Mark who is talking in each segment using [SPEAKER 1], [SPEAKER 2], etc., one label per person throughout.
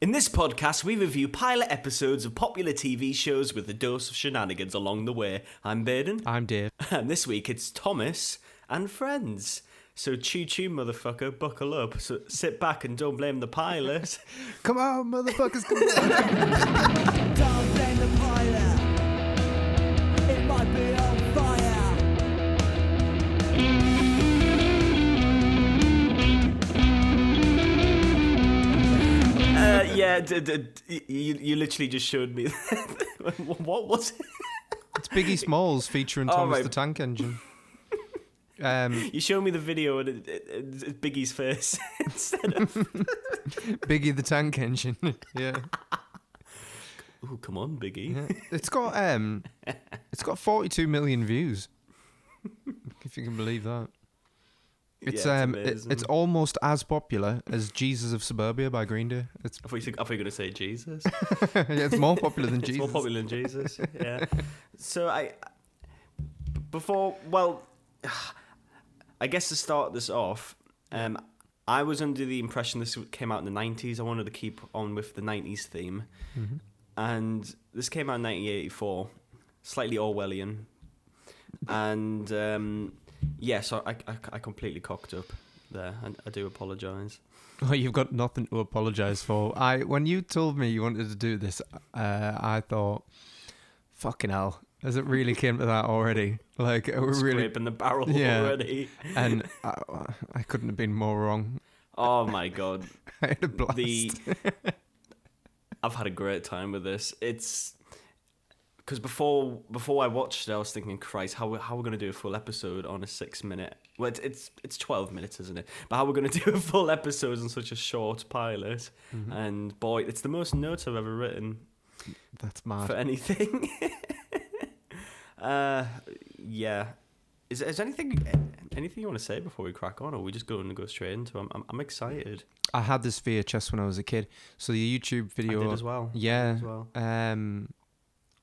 [SPEAKER 1] In this podcast, we review pilot episodes of popular TV shows with a dose of shenanigans along the way. I'm Baden,
[SPEAKER 2] I'm Dave.
[SPEAKER 1] and this week it's Thomas and Friends. So choo choo, motherfucker, buckle up. So sit back and don't blame the pilot.
[SPEAKER 2] Come on, motherfuckers, come on.
[SPEAKER 3] Don't blame the pilot. It might be on fire.
[SPEAKER 1] uh, yeah, d- d- d- you, you literally just showed me. what was it?
[SPEAKER 2] It's Biggie Smalls featuring
[SPEAKER 1] Oh,
[SPEAKER 2] Thomas
[SPEAKER 1] my-
[SPEAKER 2] the Tank Engine. Um,
[SPEAKER 1] You showed me the video and it, it, it's Biggie's face instead of.
[SPEAKER 2] Biggie the Tank Engine. yeah.
[SPEAKER 1] Oh, come on, Biggie.
[SPEAKER 2] yeah. It's got um, it's got 42 million views. If you can believe that. It's
[SPEAKER 1] Yeah,
[SPEAKER 2] um, it-
[SPEAKER 1] amazing.
[SPEAKER 2] it's almost as popular as Jesus of Suburbia by Green Day. It's
[SPEAKER 1] I thought you, said- I thought you were going to say Jesus.
[SPEAKER 2] yeah, it's more popular than Jesus.
[SPEAKER 1] It's more popular than Jesus. Yeah. so I, before, well, I guess to start this off, um, I was under the impression this came out in the 90s. I wanted to keep on with the 90s theme. And this came out in 1984, slightly Orwellian. And um, yeah, so I, I, I completely cocked up there. I, I do apologise.
[SPEAKER 2] Well, Oh, you've got nothing to apologize for. I when you told me you wanted to do this, uh, I thought, fucking hell, has it really came to that already? Like, are we really?
[SPEAKER 1] Scraping the barrel
[SPEAKER 2] Yeah.
[SPEAKER 1] already.
[SPEAKER 2] And I, I couldn't have been more wrong.
[SPEAKER 1] Oh my God.
[SPEAKER 2] I had a blast.
[SPEAKER 1] the I've had a great time with this. It's because before before I watched it, I was thinking, Christ, how we- how we're gonna do a full episode on a six minute? Well, it's it's, it's twelve minutes, isn't it? But how we're gonna do a full episode on such a short pilot?
[SPEAKER 2] Mm-hmm.
[SPEAKER 1] And boy, it's the most notes I've ever written
[SPEAKER 2] That's mad.
[SPEAKER 1] for anything. uh, yeah. Is, is anything anything you want to say before we crack on, or are we just going to go straight into? 'em? I'm I'm excited.
[SPEAKER 2] I had this VHS when I was a kid. So the YouTube video.
[SPEAKER 1] I did as well.
[SPEAKER 2] Yeah.
[SPEAKER 1] as well.
[SPEAKER 2] Um,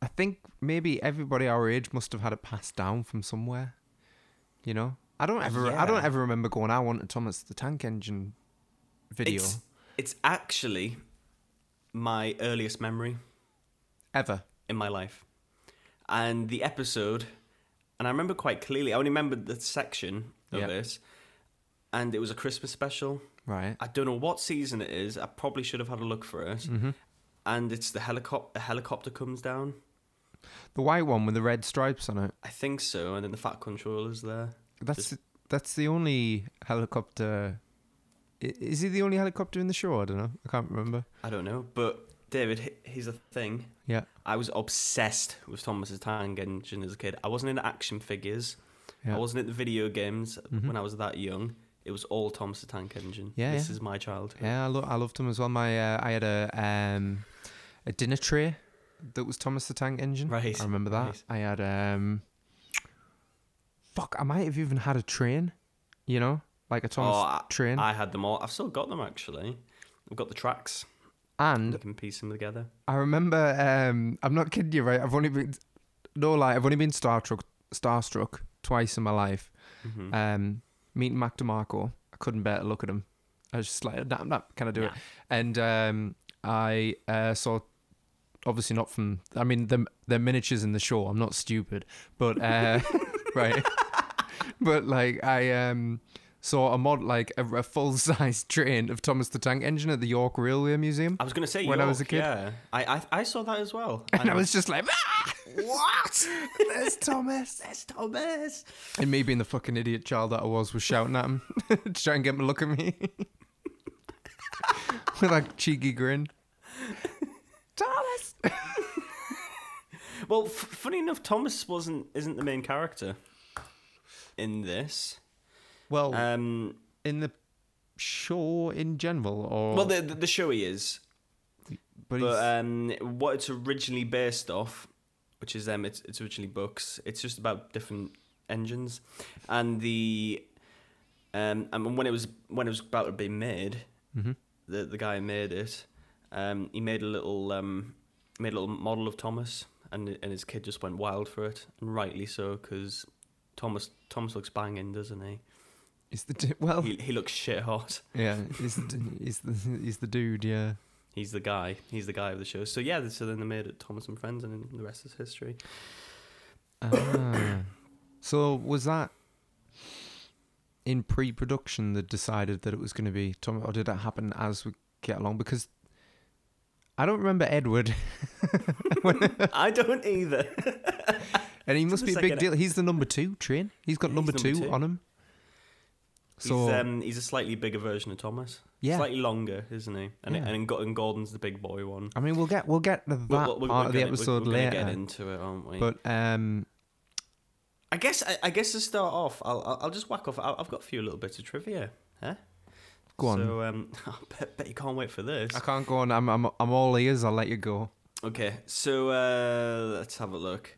[SPEAKER 2] I think maybe everybody our age must have had it passed down from somewhere. You know, I don't ever, I don't
[SPEAKER 1] Yeah.
[SPEAKER 2] ever remember going. I want a Thomas the Tank Engine video
[SPEAKER 1] It's, it's actually my earliest memory
[SPEAKER 2] ever.
[SPEAKER 1] in my life. And the episode, and I remember quite clearly, I only remembered the section of
[SPEAKER 2] Yeah.
[SPEAKER 1] this, and it was a Christmas special.
[SPEAKER 2] Right.
[SPEAKER 1] I don't know what season it is. I probably should have had a look for it.
[SPEAKER 2] Mm-hmm.
[SPEAKER 1] And it's the helicopter. A helicopter comes down.
[SPEAKER 2] The white one with the red stripes on it.
[SPEAKER 1] I think so. And then the fat controller's there.
[SPEAKER 2] That's that's the only helicopter. i- Is he the only helicopter in the show? I don't know. I can't remember.
[SPEAKER 1] I don't know. But David, he- here's the thing.
[SPEAKER 2] Yeah.
[SPEAKER 1] I was obsessed with Thomas the Tank Engine as a kid. I wasn't into action figures.
[SPEAKER 2] Yeah. Mm-hmm.
[SPEAKER 1] I wasn't into video games when I was that young. It was all Thomas the Tank Engine.
[SPEAKER 2] Yeah,
[SPEAKER 1] this
[SPEAKER 2] yeah.
[SPEAKER 1] is my childhood.
[SPEAKER 2] Yeah, I, lo- I loved him as well. My uh, I had a um, a dinner tray that was Thomas the Tank Engine.
[SPEAKER 1] Right,
[SPEAKER 2] I remember that.
[SPEAKER 1] right.
[SPEAKER 2] I had um, fuck, I might have even had a train. You know, like a Thomas
[SPEAKER 1] Oh, I-
[SPEAKER 2] train.
[SPEAKER 1] I had them all. I've still got them actually. I've got the tracks. You
[SPEAKER 2] and
[SPEAKER 1] can piece them together.
[SPEAKER 2] I remember. Um, I'm not kidding you, right? I've only been no lie. I've only been starstruck starstruck twice in my life.
[SPEAKER 1] Mhm.
[SPEAKER 2] Um, meeting Mac DeMarco, I couldn't bear to look at him. I was just like, nah, nah, can I do it?
[SPEAKER 1] Nah.
[SPEAKER 2] And um, I uh, saw, obviously not from. I mean, the the miniatures in the show. I'm not stupid, but uh, right, but like I um saw a mod like a, a full size train of Thomas the Tank Engine at the York Railway Museum.
[SPEAKER 1] I was gonna say
[SPEAKER 2] When I was a
[SPEAKER 1] York,
[SPEAKER 2] kid.
[SPEAKER 1] Yeah, I I, I saw that as well.
[SPEAKER 2] and I was just like, ah!
[SPEAKER 1] what?
[SPEAKER 2] There's Thomas.
[SPEAKER 1] That's Thomas.
[SPEAKER 2] And me being the fucking idiot child that I was, was shouting at him to try and get him to look at me with that cheeky grin. Thomas.
[SPEAKER 1] Well, f- funny enough, Thomas wasn't isn't the main character in this.
[SPEAKER 2] Well,
[SPEAKER 1] Um,
[SPEAKER 2] in the show in general, or
[SPEAKER 1] well, the, the the show he is,
[SPEAKER 2] but he's-
[SPEAKER 1] But um, what it's originally based off, which is um, it's it's originally books. It's just about different engines, and the um, and when it was when it was about to be made, the the guy who made it, um, he made a little um, made a little model of Thomas, and and his kid just went wild for it, and rightly so, because Thomas Thomas looks banging, doesn't he?
[SPEAKER 2] he's the du- well,
[SPEAKER 1] He he looks shit hot.
[SPEAKER 2] yeah, he's the, he's the he's the dude, yeah.
[SPEAKER 1] He's the guy. He's the guy of the show. So yeah, so then they made it Thomas and Friends, and then the rest is history.
[SPEAKER 2] Ah. so was that in pre-production that decided that it was going to be Tom, or did that happen as we get along? Because I don't remember Edward,
[SPEAKER 1] I don't either.
[SPEAKER 2] and he must
[SPEAKER 1] the
[SPEAKER 2] be a big
[SPEAKER 1] second-
[SPEAKER 2] deal. He's the number two train. He's got
[SPEAKER 1] Yeah,
[SPEAKER 2] number,
[SPEAKER 1] he's
[SPEAKER 2] two
[SPEAKER 1] number two.
[SPEAKER 2] on him. So
[SPEAKER 1] he's, um, he's a slightly bigger version of Thomas.
[SPEAKER 2] Yeah.
[SPEAKER 1] slightly longer, isn't he? And
[SPEAKER 2] Yeah.
[SPEAKER 1] and, Go- and Gordon's the big boy one.
[SPEAKER 2] I mean, we'll get we'll get to that
[SPEAKER 1] We'll- we'll- we're
[SPEAKER 2] part of the
[SPEAKER 1] gonna- we're-
[SPEAKER 2] episode
[SPEAKER 1] we're gonna
[SPEAKER 2] later.
[SPEAKER 1] Get into it, aren't we?
[SPEAKER 2] but um,
[SPEAKER 1] I guess I, I guess to start off, I'll I'll, I'll just whack off. i I've got a few little bits of trivia. Huh?
[SPEAKER 2] go on.
[SPEAKER 1] So um, I bet, bet you can't wait for this.
[SPEAKER 2] I can't go on. I'm I'm I'm all ears. I'll let you go.
[SPEAKER 1] Okay, so uh, let's have a look.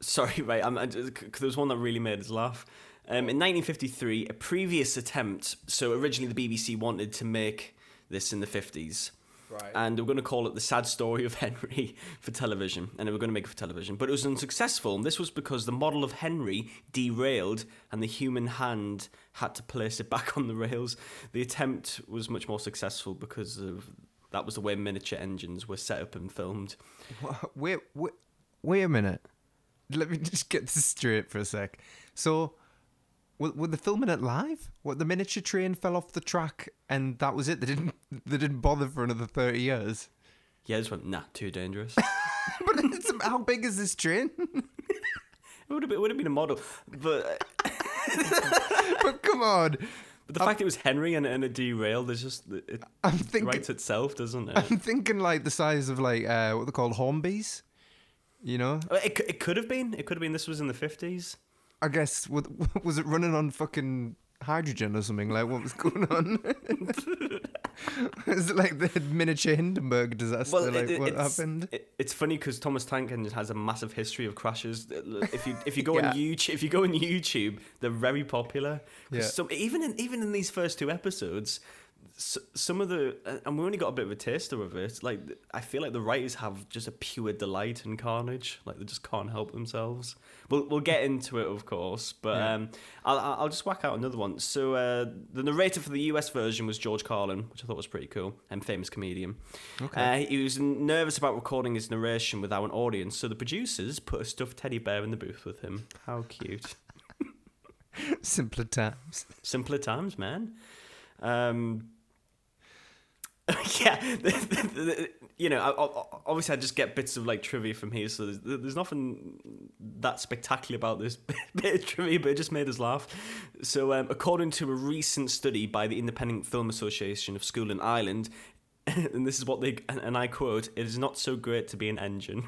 [SPEAKER 1] Sorry, right? I'm, I just, 'cause there was one that really made us laugh. Um, in 1953, a previous attempt. So originally, the BBC wanted to make this in the 50s.
[SPEAKER 2] Right.
[SPEAKER 1] And they were going to call it the sad story of Henry for television, and they were going to make it for television, but it was unsuccessful. And this was because the model of Henry derailed, and the human hand had to place it back on the rails. The attempt was much more successful because of that was the way miniature engines were set up and filmed.
[SPEAKER 2] Wait, wait, wait a minute. Let me just get this straight for a sec. So, were, were they filming it live? What the miniature train fell off the track and that was it? They didn't they didn't bother for another thirty years.
[SPEAKER 1] Yeah, I just went nah, too dangerous.
[SPEAKER 2] But it's, how big is this train?
[SPEAKER 1] it would have been, it would have been a model, but
[SPEAKER 2] but come on,
[SPEAKER 1] but the fact it was Henry and, and it derailed is just it
[SPEAKER 2] I'm thinking
[SPEAKER 1] writes itself, doesn't it?
[SPEAKER 2] I'm thinking like the size of like uh, what they called hornbees. You know,
[SPEAKER 1] Well, It, cou- it could have been. It could have been. This was in the fifties.
[SPEAKER 2] I guess wa- was it running on fucking hydrogen or something? Like what was going on? Is it like the miniature Hindenburg disaster? like
[SPEAKER 1] it-
[SPEAKER 2] what
[SPEAKER 1] it's,
[SPEAKER 2] happened?
[SPEAKER 1] it- it's funny because Thomas Tank Engine has a massive history of crashes. If you if you go
[SPEAKER 2] Yeah.
[SPEAKER 1] on YouTube, if you go on YouTube, they're very popular. 'Cause
[SPEAKER 2] Yeah.
[SPEAKER 1] Some, even in even in these first two episodes, s- some of the uh, and we only got a bit of a taster of it. Like I feel like the writers have just a pure delight in carnage. Like they just can't help themselves. We'll we'll get into it, of course, but
[SPEAKER 2] Yeah.
[SPEAKER 1] um, I'll I'll I'll just whack out another one. So uh, the narrator for the U.S. version was George Carlin, which I thought was pretty cool and famous comedian. Uh, he was nervous about recording his narration without an audience, so the producers put a stuffed teddy bear in the booth with him. How cute.
[SPEAKER 2] Simpler times.
[SPEAKER 1] Simpler times, man. Um, yeah, you know, I, I- obviously I just get bits of like trivia from here, so there's, there's nothing that spectacular about this bit of trivia, but it just made us laugh. So, um, according to a recent study by the Independent Film Association of School and Ireland, and this is what they, and, and I quote, it is not so great to be an engine.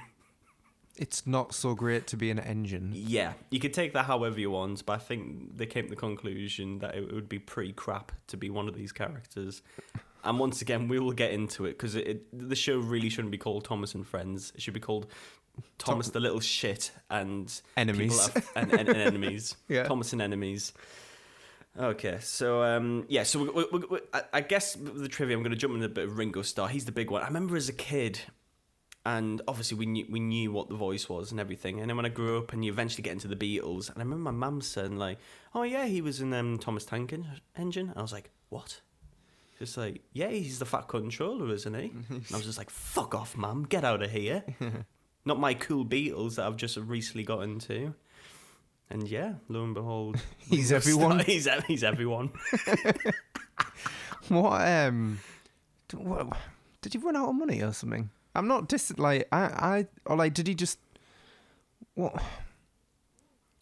[SPEAKER 2] It's not so great to be an engine.
[SPEAKER 1] Yeah, you could take that however you want, but I think they came to the conclusion that it would be pretty crap to be one of these characters. And once again, we will get into it because it, it, the show really shouldn't be called Thomas and Friends. It should be called Thomas the Little Shit and people
[SPEAKER 2] Enemies.
[SPEAKER 1] that are- and, and, and enemies.
[SPEAKER 2] Yeah.
[SPEAKER 1] Thomas and enemies. Okay, so um, yeah, so we, we, we, we- I, I guess the trivia. I'm going to jump in a bit of Ringo Starr. He's the big one. I remember as a kid, and obviously we knew we knew what the voice was and everything. And then when I grew up, and you eventually get into the Beatles, and I remember my mum saying like, "Oh yeah, he was in um, Thomas Tank En- Engine," and I was like, "What?" Just like, yeah, he's the fat controller, isn't he? And I was just like, fuck off, mum, get out of here. Not my cool Beatles that I've just recently got into. And yeah, lo and behold,
[SPEAKER 2] He's everyone.
[SPEAKER 1] he's, ev- he's everyone.
[SPEAKER 2] What um, d- what, did he run out of money or something? I'm not dis like I I or like did he just what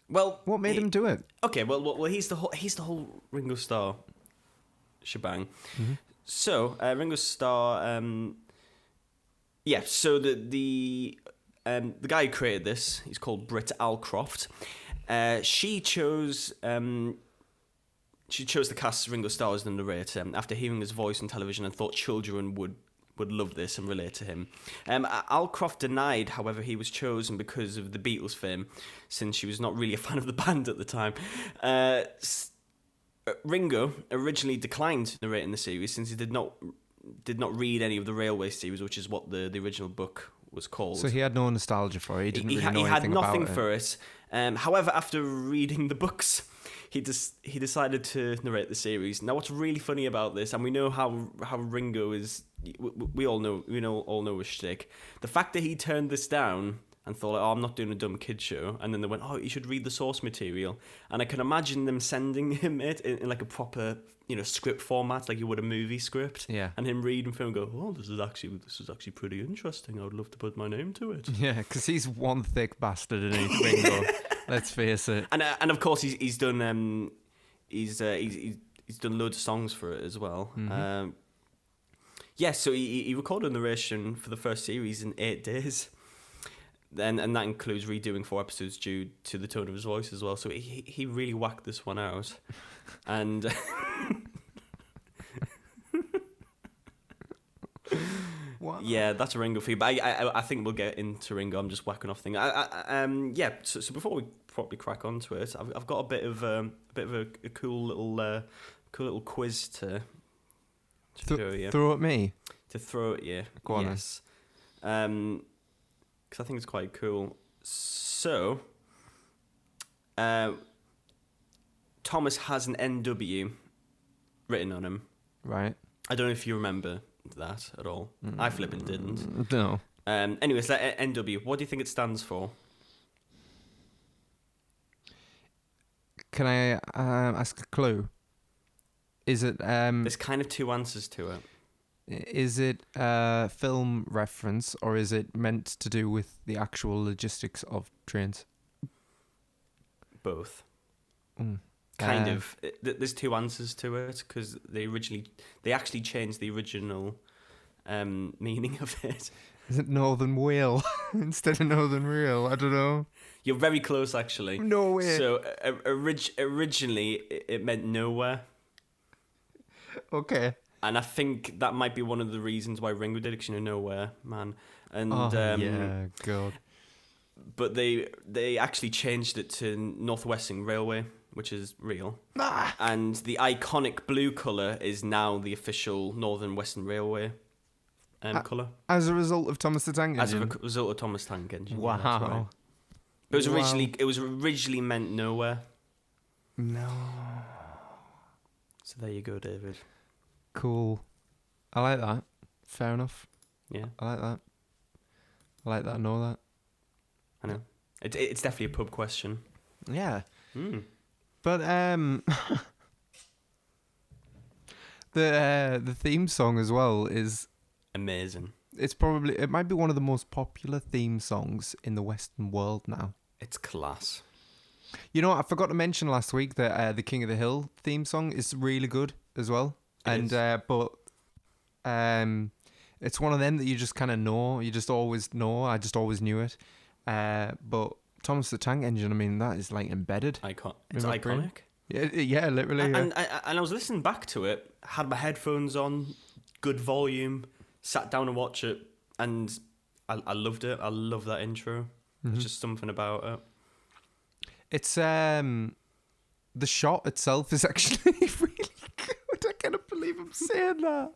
[SPEAKER 1] Well,
[SPEAKER 2] what made
[SPEAKER 1] he-
[SPEAKER 2] him do it?
[SPEAKER 1] Okay, well, well, well, he's the whole, he's the whole Ringo Starr shebang.
[SPEAKER 2] Mm-hmm.
[SPEAKER 1] So uh, Ringo Starr, um, yeah. So the the um, the guy who created this, he's called Britt Alcroft. Uh, she chose um, she chose the cast Ringo Starr as the narrator um, after hearing his voice on television and thought children would would love this and relate to him. Um, A- Alcroft denied, however, he was chosen because of the Beatles fame, since she was not really a fan of the band at the time. Uh, s- uh, Ringo originally declined narrating the series since he did not did not read any of the Railway series, which is what the, the original book was called
[SPEAKER 2] So he had no nostalgia for it. He didn't
[SPEAKER 1] he,
[SPEAKER 2] really
[SPEAKER 1] ha-
[SPEAKER 2] know
[SPEAKER 1] he had
[SPEAKER 2] anything
[SPEAKER 1] nothing
[SPEAKER 2] about it.
[SPEAKER 1] for it. Um, however, after reading the books, he just he decided to narrate the series. Now, what's really funny about this, and we know how how Ringo is, we, we all know we know all know his shtick. The fact that he turned this down and thought, oh, I'm not doing a dumb kid show, and then they went, oh, you should read the source material, and I can imagine them sending him it in, in like a proper you know script format, like you would a movie script,
[SPEAKER 2] Yeah.
[SPEAKER 1] and him reading through and go, oh, this is actually this is actually pretty interesting. I would love to put my name to it.
[SPEAKER 2] Yeah, because he's one thick bastard in each Ringo. Let's face it.
[SPEAKER 1] and uh, and of course he's he's done um he's uh, he's, he's he's done loads of songs for it as well. Um, yeah, so he he recorded a narration for the first series in eight days. Then and that includes redoing four episodes due to the tone of his voice as well. So he he really whacked this one out, and.
[SPEAKER 2] What?
[SPEAKER 1] Yeah, that's a Ringo for you. But I, I, I think we'll get into Ringo. I'm just whacking off things. I, I, um, yeah. So, so before we properly crack on to it, I've, I've got a bit of um, a bit of a, a cool little uh, cool little quiz to to
[SPEAKER 2] Th-
[SPEAKER 1] throw at you.
[SPEAKER 2] Throw at me.
[SPEAKER 1] to throw at you.
[SPEAKER 2] Go on then.
[SPEAKER 1] yes. Um, because I think it's quite cool. So, uh, Thomas has an NW written on him.
[SPEAKER 2] Right.
[SPEAKER 1] I don't know if you remember that at all. I flipping didn't.
[SPEAKER 2] No.
[SPEAKER 1] Um, anyways, let, NW, what do you think it stands for?
[SPEAKER 2] Can I um, ask a clue? Is it um
[SPEAKER 1] There's kind of two answers to it.
[SPEAKER 2] is it a film reference or is it meant to do with the actual logistics of trains?
[SPEAKER 1] Both,
[SPEAKER 2] Mm.
[SPEAKER 1] kind
[SPEAKER 2] Uh,
[SPEAKER 1] of. Th- There's two answers to it because they originally, they actually changed the original um, meaning of it.
[SPEAKER 2] Is it Northern Wheel instead of Northern Rail? I don't know.
[SPEAKER 1] You're very close, actually.
[SPEAKER 2] No way.
[SPEAKER 1] So uh, orig- originally, it it meant nowhere,
[SPEAKER 2] okay.
[SPEAKER 1] and I think that might be one of the reasons why Ringo did it 'cause you know nowhere, man. And
[SPEAKER 2] Oh
[SPEAKER 1] um,
[SPEAKER 2] yeah, God.
[SPEAKER 1] but they they actually changed it to Northwestern Railway, which is real. And the iconic blue colour is now the official Northern Western Railway um,
[SPEAKER 2] Ah,
[SPEAKER 1] colour
[SPEAKER 2] As a result of Thomas the Tank
[SPEAKER 1] as a
[SPEAKER 2] Engine?
[SPEAKER 1] rec- result of Thomas Tank Engine. yeah, that's
[SPEAKER 2] wow.
[SPEAKER 1] right. It was
[SPEAKER 2] Wow.
[SPEAKER 1] originally it was originally meant nowhere.
[SPEAKER 2] No.
[SPEAKER 1] So there you go, David.
[SPEAKER 2] Cool. I like that. Fair enough.
[SPEAKER 1] Yeah,
[SPEAKER 2] I like that. I like that. I know that.
[SPEAKER 1] I know. It, it- it's definitely a pub question.
[SPEAKER 2] Yeah. Hmm.
[SPEAKER 1] Mm.
[SPEAKER 2] But um, the uh, the theme song as well is
[SPEAKER 1] Amazing.
[SPEAKER 2] it's probably it might be one of the most popular theme songs in the Western world now.
[SPEAKER 1] It's class.
[SPEAKER 2] You know, I forgot to mention last week that uh, the King of the Hill theme song is really good as well,
[SPEAKER 1] It
[SPEAKER 2] and
[SPEAKER 1] is.
[SPEAKER 2] Uh, but um, it's one of them that you just kind of know. You just always know. I just always knew it. Uh, but Thomas the Tank Engine, I mean, that is like embedded.
[SPEAKER 1] Icon. It's
[SPEAKER 2] Remember Brain?
[SPEAKER 1] iconic.
[SPEAKER 2] Yeah, yeah, literally.
[SPEAKER 1] And,
[SPEAKER 2] yeah.
[SPEAKER 1] and, I- and I was listening back to it, had my headphones on, good volume, sat down and watched it, and I, I loved it. I love that intro.
[SPEAKER 2] Mm-hmm.
[SPEAKER 1] There's just something about it.
[SPEAKER 2] It's um the shot itself is actually really good. I cannot believe I'm saying that.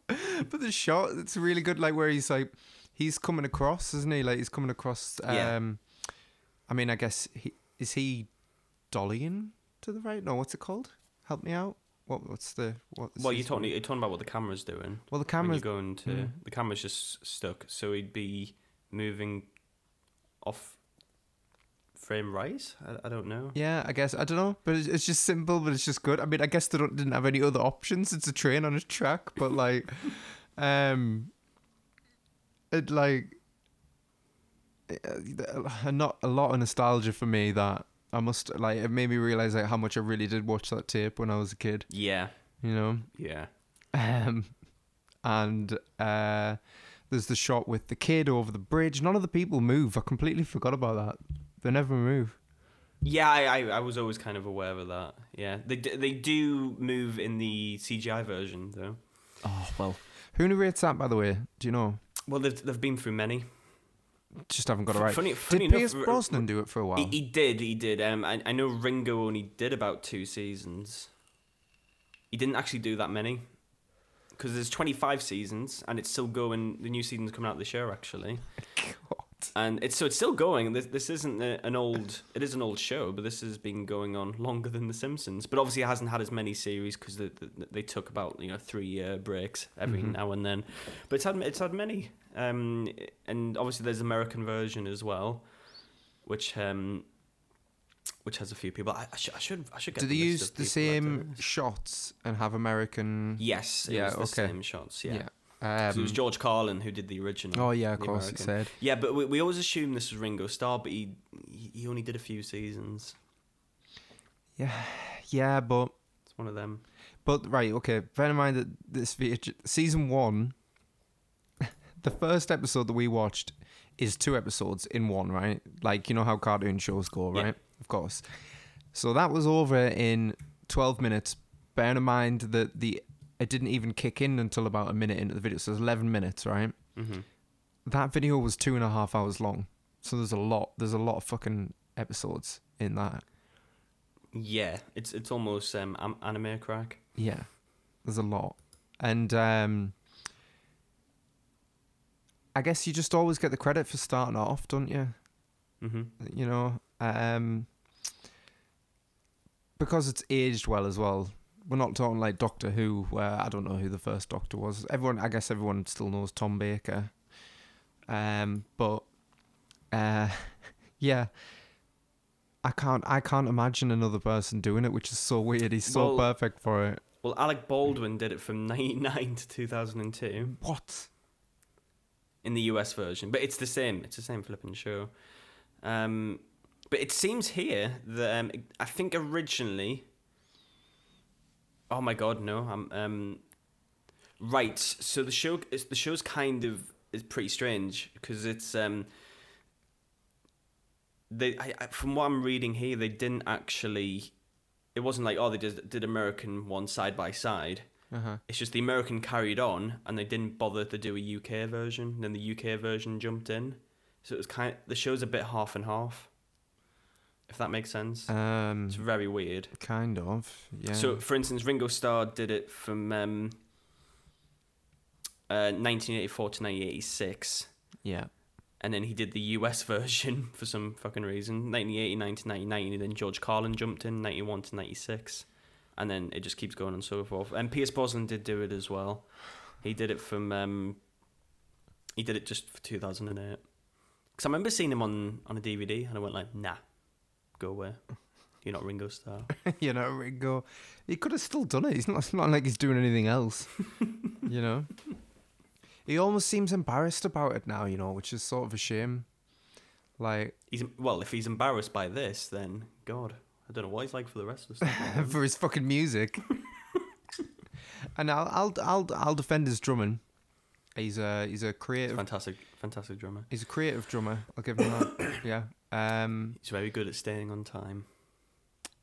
[SPEAKER 2] But the shot it's really good, like where he's like he's coming across, isn't he? Like he's coming across um
[SPEAKER 1] Yeah.
[SPEAKER 2] I mean I guess he is he dollying to the right? No, what's it called? Help me out. What what's the what's
[SPEAKER 1] Well,
[SPEAKER 2] his-
[SPEAKER 1] you're talking, you're talking about what the camera's doing.
[SPEAKER 2] Well the
[SPEAKER 1] When
[SPEAKER 2] camera's
[SPEAKER 1] you're going to,
[SPEAKER 2] Mm.
[SPEAKER 1] the camera's just stuck, so he'd be moving off frame right. I, I don't know.
[SPEAKER 2] yeah, I guess I don't know, but it's, it's just simple, but it's just good. I mean, I guess they don't, didn't have any other options. It's a train on a track, but like, um, it like, uh, not a lot of nostalgia for me. That I must like, it made me realize like how much I really did watch that tape when I was a kid.
[SPEAKER 1] Yeah,
[SPEAKER 2] You know,
[SPEAKER 1] yeah.
[SPEAKER 2] um, and uh, there's the shot with the kid over the bridge. None of the people move. I completely forgot about that. They never move.
[SPEAKER 1] Yeah, I, I, I was always kind of aware of that. Yeah, they d- they do move in the CGI version though.
[SPEAKER 2] Oh well. Who narrates that, by the way? Do you know?
[SPEAKER 1] Well, they've they've been through many.
[SPEAKER 2] Just haven't got it
[SPEAKER 1] F-
[SPEAKER 2] right.
[SPEAKER 1] funny- funny
[SPEAKER 2] did
[SPEAKER 1] enough,
[SPEAKER 2] Pierce
[SPEAKER 1] r-
[SPEAKER 2] Brosnan do it for a while?
[SPEAKER 1] He, he did, he did. Um, I, I know Ringo only did about two seasons. He didn't actually do that many, because there's 25 seasons and it's still going. The new season's coming out this year, actually. and it's so it's still going. This this isn't a, an old. It is an old show, but this has been going on longer than The Simpsons. But obviously, it hasn't had as many series because they, they, they took about you know three year breaks every
[SPEAKER 2] Mm-hmm.
[SPEAKER 1] now and then. But it's had it's had many, um, and obviously there's American version as well, which um, which has a few people. I, I, should, I should I should get.
[SPEAKER 2] Do they
[SPEAKER 1] the list
[SPEAKER 2] use
[SPEAKER 1] of people that
[SPEAKER 2] the
[SPEAKER 1] do
[SPEAKER 2] same
[SPEAKER 1] this.
[SPEAKER 2] shots and have American?
[SPEAKER 1] Yes. It
[SPEAKER 2] Yeah,
[SPEAKER 1] yeah. Was the
[SPEAKER 2] okay.
[SPEAKER 1] Same shots. Yeah.
[SPEAKER 2] Yeah.
[SPEAKER 1] 'Cause it was
[SPEAKER 2] Um,
[SPEAKER 1] George Carlin who did the original.
[SPEAKER 2] oh yeah, of
[SPEAKER 1] the
[SPEAKER 2] course it
[SPEAKER 1] American.
[SPEAKER 2] said.
[SPEAKER 1] Yeah, but we, we always assume this was Ringo Starr, but he he he only did a few seasons.
[SPEAKER 2] Yeah, but
[SPEAKER 1] It's one of them.
[SPEAKER 2] But right, okay. Bear in mind that this VH- season one, the first episode that we watched is two episodes in one, right? Like you know how cartoon shows go,
[SPEAKER 1] Yeah.
[SPEAKER 2] right? Of course. So that was over in twelve minutes. Bear in mind that the it didn't even kick in until about a minute into the video, so it's eleven minutes, right?
[SPEAKER 1] Mm-hmm.
[SPEAKER 2] That video was two and a half hours long, so there's a lot. There's a lot of fucking episodes in that.
[SPEAKER 1] Yeah, it's it's almost um am- anime crack.
[SPEAKER 2] Yeah, there's a lot, and um, I guess you just always get the credit for starting off, don't you?
[SPEAKER 1] Mm-hmm.
[SPEAKER 2] You know, um, because it's aged well as well. We're not talking like Doctor Who, where I don't know who the first Doctor was. Everyone, I guess, everyone still knows Tom Baker. Um, but uh, yeah. I can't. I can't imagine another person doing it, which is so weird. He's so
[SPEAKER 1] Well,
[SPEAKER 2] perfect for it.
[SPEAKER 1] Well, Alec Baldwin did it from '99 to 2002
[SPEAKER 2] What?
[SPEAKER 1] in the US version, but it's the same. It's the same flipping show. Um, but it seems here that um, I think originally. Oh my God, no! I'm um, right. So the show, it's, the show's kind of is pretty strange because it's um. They, I, I, from what I'm reading here, they didn't actually. It wasn't like oh they did did American one side by side.
[SPEAKER 2] Uh huh.
[SPEAKER 1] It's just the American carried on, and they didn't bother to do a UK version. Then the UK version jumped in, so it was kind. the show's a bit half and half. If that makes sense,
[SPEAKER 2] Um,
[SPEAKER 1] it's very weird.
[SPEAKER 2] kind of. Yeah.
[SPEAKER 1] So, for instance, Ringo Starr did it from um, uh, 1984 to 1986,
[SPEAKER 2] yeah.
[SPEAKER 1] and then he did the US version for some fucking reason, 1989 to 1990. And then George Carlin jumped in, 91 to 96, and then it just keeps going and so forth. And Pierce Brosnan did do it as well. He did it from um, he did it just for 2008. Because I remember seeing him on on a DVD, and I went like, nah, go away. You're not Ringo Starr.
[SPEAKER 2] you know, Ringo, he could have still done it. He's not. It's not like he's doing anything else. you know. He almost seems embarrassed about it now. You know, which is sort of a shame. Like
[SPEAKER 1] He's well, if he's embarrassed by this, then God, I don't know what he's like for the rest of the stuff.
[SPEAKER 2] for his fucking music. and I'll, I'll I'll I'll defend his drumming. He's a he's a
[SPEAKER 1] He's a
[SPEAKER 2] creative.
[SPEAKER 1] fantastic, fantastic drummer.
[SPEAKER 2] He's a creative drummer. I'll give him that. yeah. Um.
[SPEAKER 1] He's very good at staying on time,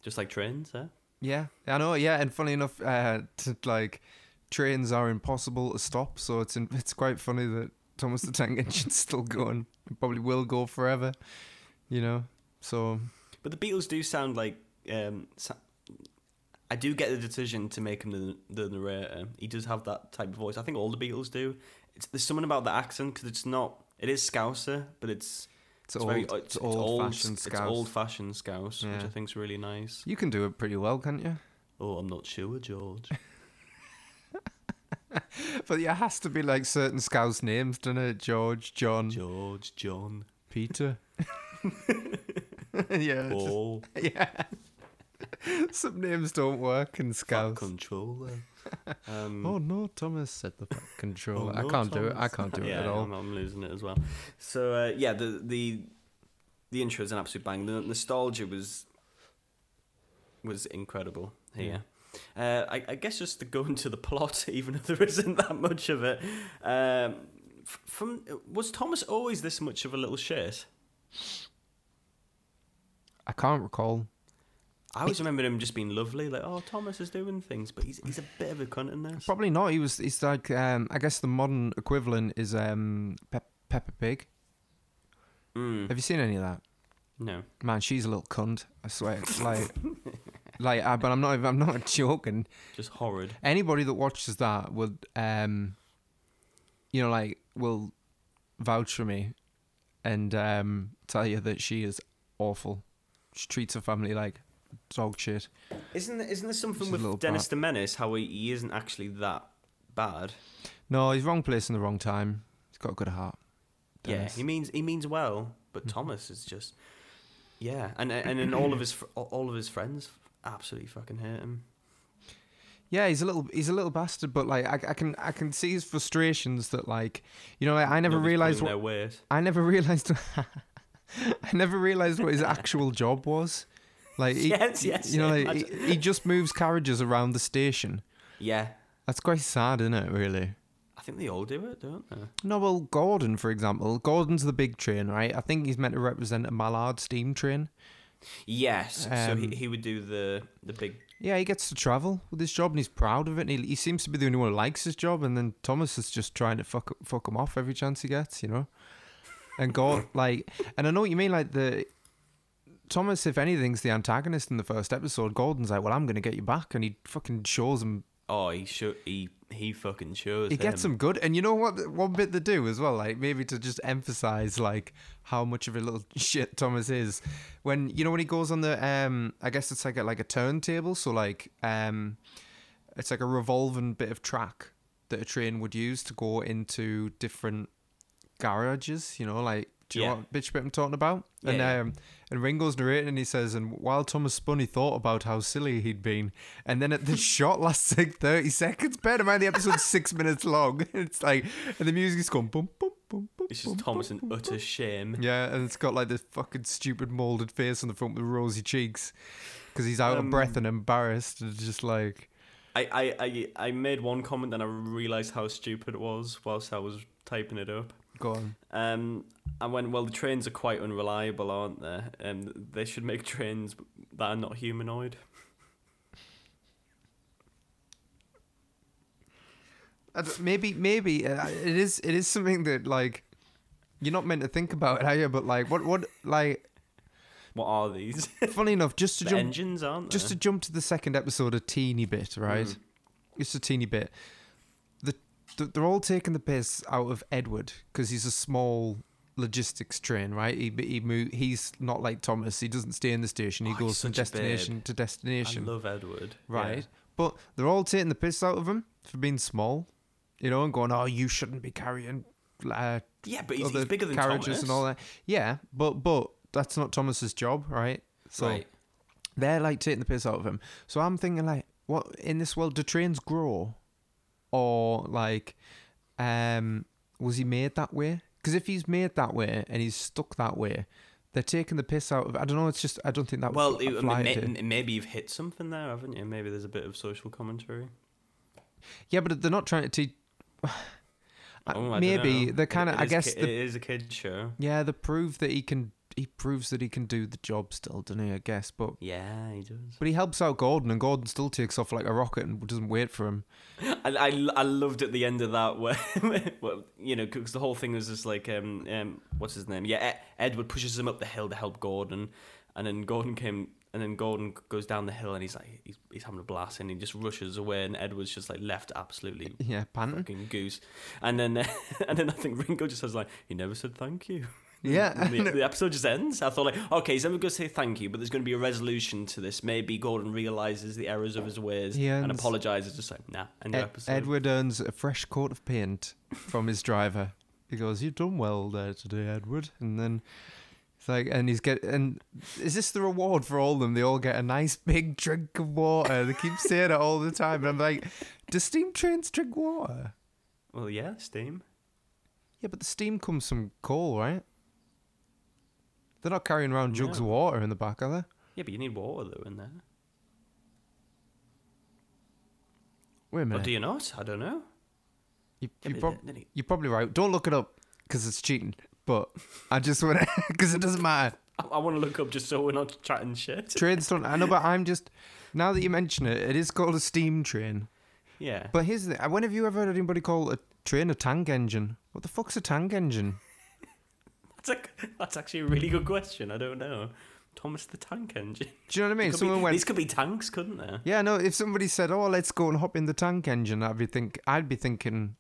[SPEAKER 1] just like trains, eh? huh?
[SPEAKER 2] Yeah, I know. Yeah, and funny enough, uh, t- like trains are impossible to stop, so it's in, it's quite funny that Thomas the Tank Engine's still going. It probably will go forever, you know. So
[SPEAKER 1] But the Beatles do sound like. Um, sa- I do get the decision to make him the, the narrator. He does have that type of voice. I think all the Beatles do. It's, there's something about the accent because it's not. It is Scouser, but it's
[SPEAKER 2] it's, old,
[SPEAKER 1] very
[SPEAKER 2] it's, old fashioned
[SPEAKER 1] It's old fashioned Scouse, which
[SPEAKER 2] Yeah.
[SPEAKER 1] I think's really nice.
[SPEAKER 2] You can do it pretty well, can't you?
[SPEAKER 1] Oh, I'm not sure, George.
[SPEAKER 2] But there has to be like certain scouse names, doesn't it? George, John,
[SPEAKER 1] George, John,
[SPEAKER 2] Peter. yeah, it's just-
[SPEAKER 1] Paul.
[SPEAKER 2] yeah. Some names don't work in
[SPEAKER 1] Fuck
[SPEAKER 2] scouse.
[SPEAKER 1] controller. Um,
[SPEAKER 2] Oh no, Thomas said the fuck control.
[SPEAKER 1] Oh,
[SPEAKER 2] I
[SPEAKER 1] no,
[SPEAKER 2] can't do it. I
[SPEAKER 1] Thomas.
[SPEAKER 2] can't do it
[SPEAKER 1] yeah,
[SPEAKER 2] at all.
[SPEAKER 1] I'm, I'm losing it as well. So uh, yeah, the the the intro is an absolute bang. The nostalgia was was incredible here. Uh, I, I guess just to go into the plot, even if there isn't that much of it. Um, f- from was Thomas always this much of a little shit?
[SPEAKER 2] I can't recall.
[SPEAKER 1] I always remembered him just being lovely, like oh Thomas is doing things, but he's he's a bit of a cunt in this.
[SPEAKER 2] Probably not. He was. It's like. Um, I guess the modern equivalent is um, Pe- Peppa Pig.
[SPEAKER 1] Mm,
[SPEAKER 2] Have you seen any of that?
[SPEAKER 1] no,
[SPEAKER 2] Man, she's a little cunt. I swear. Like, like. I, but I'm not. even- I'm not joking.
[SPEAKER 1] just horrid.
[SPEAKER 2] Anybody that watches that would, um, you know, like, will vouch for me. and um, tell you that she is awful. She treats her family like dog shit.
[SPEAKER 1] Isn't there, isn't there something
[SPEAKER 2] She's a little
[SPEAKER 1] with Dennis the Menace how he, he isn't actually that bad?
[SPEAKER 2] No, he's wrong place in the wrong time. He's got a good heart. Dennis. Mm-hmm.
[SPEAKER 1] Yeah, he means he means well, but Thomas is just yeah, and and then all of his fr- all of his friends absolutely fucking hate him.
[SPEAKER 2] Yeah, he's a little he's a little bastard, but like I, I can I can see his frustrations that like you know I, I never
[SPEAKER 1] Nobody's
[SPEAKER 2] realized
[SPEAKER 1] pulling
[SPEAKER 2] what
[SPEAKER 1] their weight.
[SPEAKER 2] I never realized I never realized what his actual job was. Like he,
[SPEAKER 1] Yes, yes,
[SPEAKER 2] you know
[SPEAKER 1] yeah,
[SPEAKER 2] like, he, he just moves carriages around the station.
[SPEAKER 1] Yeah,
[SPEAKER 2] That's quite sad, isn't it? Really.
[SPEAKER 1] I think they all do it, don't they?
[SPEAKER 2] No, well, Gordon, for example, Gordon's the big train, right? I think he's meant to represent a Mallard steam train.
[SPEAKER 1] Yes, so
[SPEAKER 2] Um,
[SPEAKER 1] he, he would do the the big
[SPEAKER 2] Yeah, he gets to travel with his job and he's proud of it. And he, he seems to be the only one who likes his job. And then Thomas is just trying to fuck fuck him off every chance he gets, you know. And God, like, and I know what you mean. Like the Thomas, if anything's the antagonist in the first episode. Gordon's like, "Well, I'm going to get you back," and he fucking shows him.
[SPEAKER 1] oh he sho- he he fucking shows.
[SPEAKER 2] He gets him good. And you know what? One bit they do as well, like maybe to just emphasize like how much of a little shit Thomas is. When you know when he goes on the, um, I guess it's like a, like a turntable. So like, um. it's like a revolving bit of track that a train would use to go into different garages, you know, like do you
[SPEAKER 1] Yeah.
[SPEAKER 2] know what bitch bit I'm talking about? and
[SPEAKER 1] Yeah, yeah.
[SPEAKER 2] um and Ringo's narrating and he says, and while Thomas spun he thought about how silly he'd been and then at the shot lasts like thirty seconds. Bear in mind the episode's six minutes long. It's like and the music's going boom boom boom boom.
[SPEAKER 1] It's just
[SPEAKER 2] boom,
[SPEAKER 1] Thomas
[SPEAKER 2] boom,
[SPEAKER 1] in
[SPEAKER 2] boom,
[SPEAKER 1] utter shame.
[SPEAKER 2] yeah, and it's got like this fucking stupid molded face on the front with rosy cheeks because he's out of
[SPEAKER 1] Um,
[SPEAKER 2] breath and embarrassed and just like
[SPEAKER 1] I, I, I, I made one comment and I realised how stupid it was whilst I was typing it up.
[SPEAKER 2] go on.
[SPEAKER 1] Um, I went, well, the trains are quite unreliable, aren't they? Um, they should make trains that are not humanoid.
[SPEAKER 2] I don't- maybe maybe uh, it is it is something that like you're not meant to think about are you but like what what like
[SPEAKER 1] What are these?
[SPEAKER 2] funny enough just to
[SPEAKER 1] the
[SPEAKER 2] jump
[SPEAKER 1] engines, aren't they?
[SPEAKER 2] just to jump to the second episode a teeny bit right
[SPEAKER 1] Mm.
[SPEAKER 2] just a teeny bit the, the they're all taking the piss out of edward because he's a small logistics train right he he mo- he's not like thomas he doesn't stay in the station he
[SPEAKER 1] Oh, he's
[SPEAKER 2] goes from
[SPEAKER 1] such a babe.
[SPEAKER 2] destination to
[SPEAKER 1] I
[SPEAKER 2] destination
[SPEAKER 1] love Edward.
[SPEAKER 2] right? But they're all taking the piss out of him for being small, you know, and going, "Oh, you shouldn't be carrying uh,
[SPEAKER 1] Yeah, yeah but he's,
[SPEAKER 2] other
[SPEAKER 1] he's bigger than
[SPEAKER 2] carriages
[SPEAKER 1] Thomas.
[SPEAKER 2] and all that." Yeah, but but that's not Thomas's job, right? So
[SPEAKER 1] Right.
[SPEAKER 2] they're like taking the piss out of him. So I'm thinking, like, what in this world do trains grow, or like, um, was he made that way? Because if he's made that way and he's stuck that way. They're taking the piss out of. I don't know. It's just I don't think that. would
[SPEAKER 1] Well,
[SPEAKER 2] fl-
[SPEAKER 1] it- I mean,
[SPEAKER 2] fly
[SPEAKER 1] may-
[SPEAKER 2] today.
[SPEAKER 1] m- maybe you've hit something there, haven't you? Maybe there's a bit of social
[SPEAKER 2] Uh,
[SPEAKER 1] commentary.
[SPEAKER 2] yeah, but they're not trying to teach. Uh,
[SPEAKER 1] Oh, I
[SPEAKER 2] maybe
[SPEAKER 1] dunno.
[SPEAKER 2] they're kind of.
[SPEAKER 1] It
[SPEAKER 2] I
[SPEAKER 1] is
[SPEAKER 2] guess
[SPEAKER 1] ki-
[SPEAKER 2] the,
[SPEAKER 1] it is a kid show.
[SPEAKER 2] yeah, the proof that he can. He proves that he can do the job still, doesn't he? I guess, but
[SPEAKER 1] Yeah, he does.
[SPEAKER 2] but he helps out Gordon, and Gordon still takes off like a rocket and doesn't wait for him.
[SPEAKER 1] And I, I loved at the end of that where, well, you know, because the whole thing was just like, um, um, what's his name? Yeah, E- Edward pushes him up the hill to help Gordon, and then Gordon came, and then Gordon goes down the hill, and he's like, he's, he's having a blast, and he just rushes away, and Edward's just like left absolutely
[SPEAKER 2] Yeah, panting.
[SPEAKER 1] fucking goose, and then and then I think Ringo just says like, he never said thank you.
[SPEAKER 2] Yeah,
[SPEAKER 1] And the, the episode just ends. I thought like, okay, he's never going to say thank you, but there's going to be a resolution to this. Maybe Gordon realizes the errors of his ways
[SPEAKER 2] He
[SPEAKER 1] and
[SPEAKER 2] ends- E,
[SPEAKER 1] apologizes. Just like, nah, end
[SPEAKER 2] Ed-
[SPEAKER 1] of episode.
[SPEAKER 2] Edward earns a fresh coat of paint from his driver. He goes, "You've done well there today, Edward." And then it's like, and he's get, and is this the reward for all of them? They all get a nice big drink of water. They keep saying it all the time, and I'm like, "Do steam trains drink water?"
[SPEAKER 1] Well, yeah, steam.
[SPEAKER 2] Yeah, but the steam comes from coal, right? They're not carrying around jugs
[SPEAKER 1] No.
[SPEAKER 2] of water in the back, are they?
[SPEAKER 1] Yeah, but you need water though in there.
[SPEAKER 2] Wait a
[SPEAKER 1] Or
[SPEAKER 2] minute.
[SPEAKER 1] do you not? I don't know.
[SPEAKER 2] you,
[SPEAKER 1] Yeah,
[SPEAKER 2] you
[SPEAKER 1] but
[SPEAKER 2] prob-
[SPEAKER 1] then he-
[SPEAKER 2] you're probably right. Don't look it up because it's cheating. But I just want to, because it doesn't matter.
[SPEAKER 1] I, want to look up just so we're not chatting shit.
[SPEAKER 2] Trains don't. I know, but I'm just. Now that you mention it, it is called a steam train.
[SPEAKER 1] Yeah.
[SPEAKER 2] But here's the. When have you ever heard anybody call a train a tank engine? What the fuck's a tank engine?
[SPEAKER 1] that's, a, that's actually a really good question. I don't know. Thomas the Tank Engine.
[SPEAKER 2] Do you know what I mean?
[SPEAKER 1] Could
[SPEAKER 2] Someone
[SPEAKER 1] be,
[SPEAKER 2] went.
[SPEAKER 1] these could be tanks, couldn't they?
[SPEAKER 2] Yeah, no. If somebody said, "Oh, let's go and hop in the tank engine," I'd be think I'd be thinking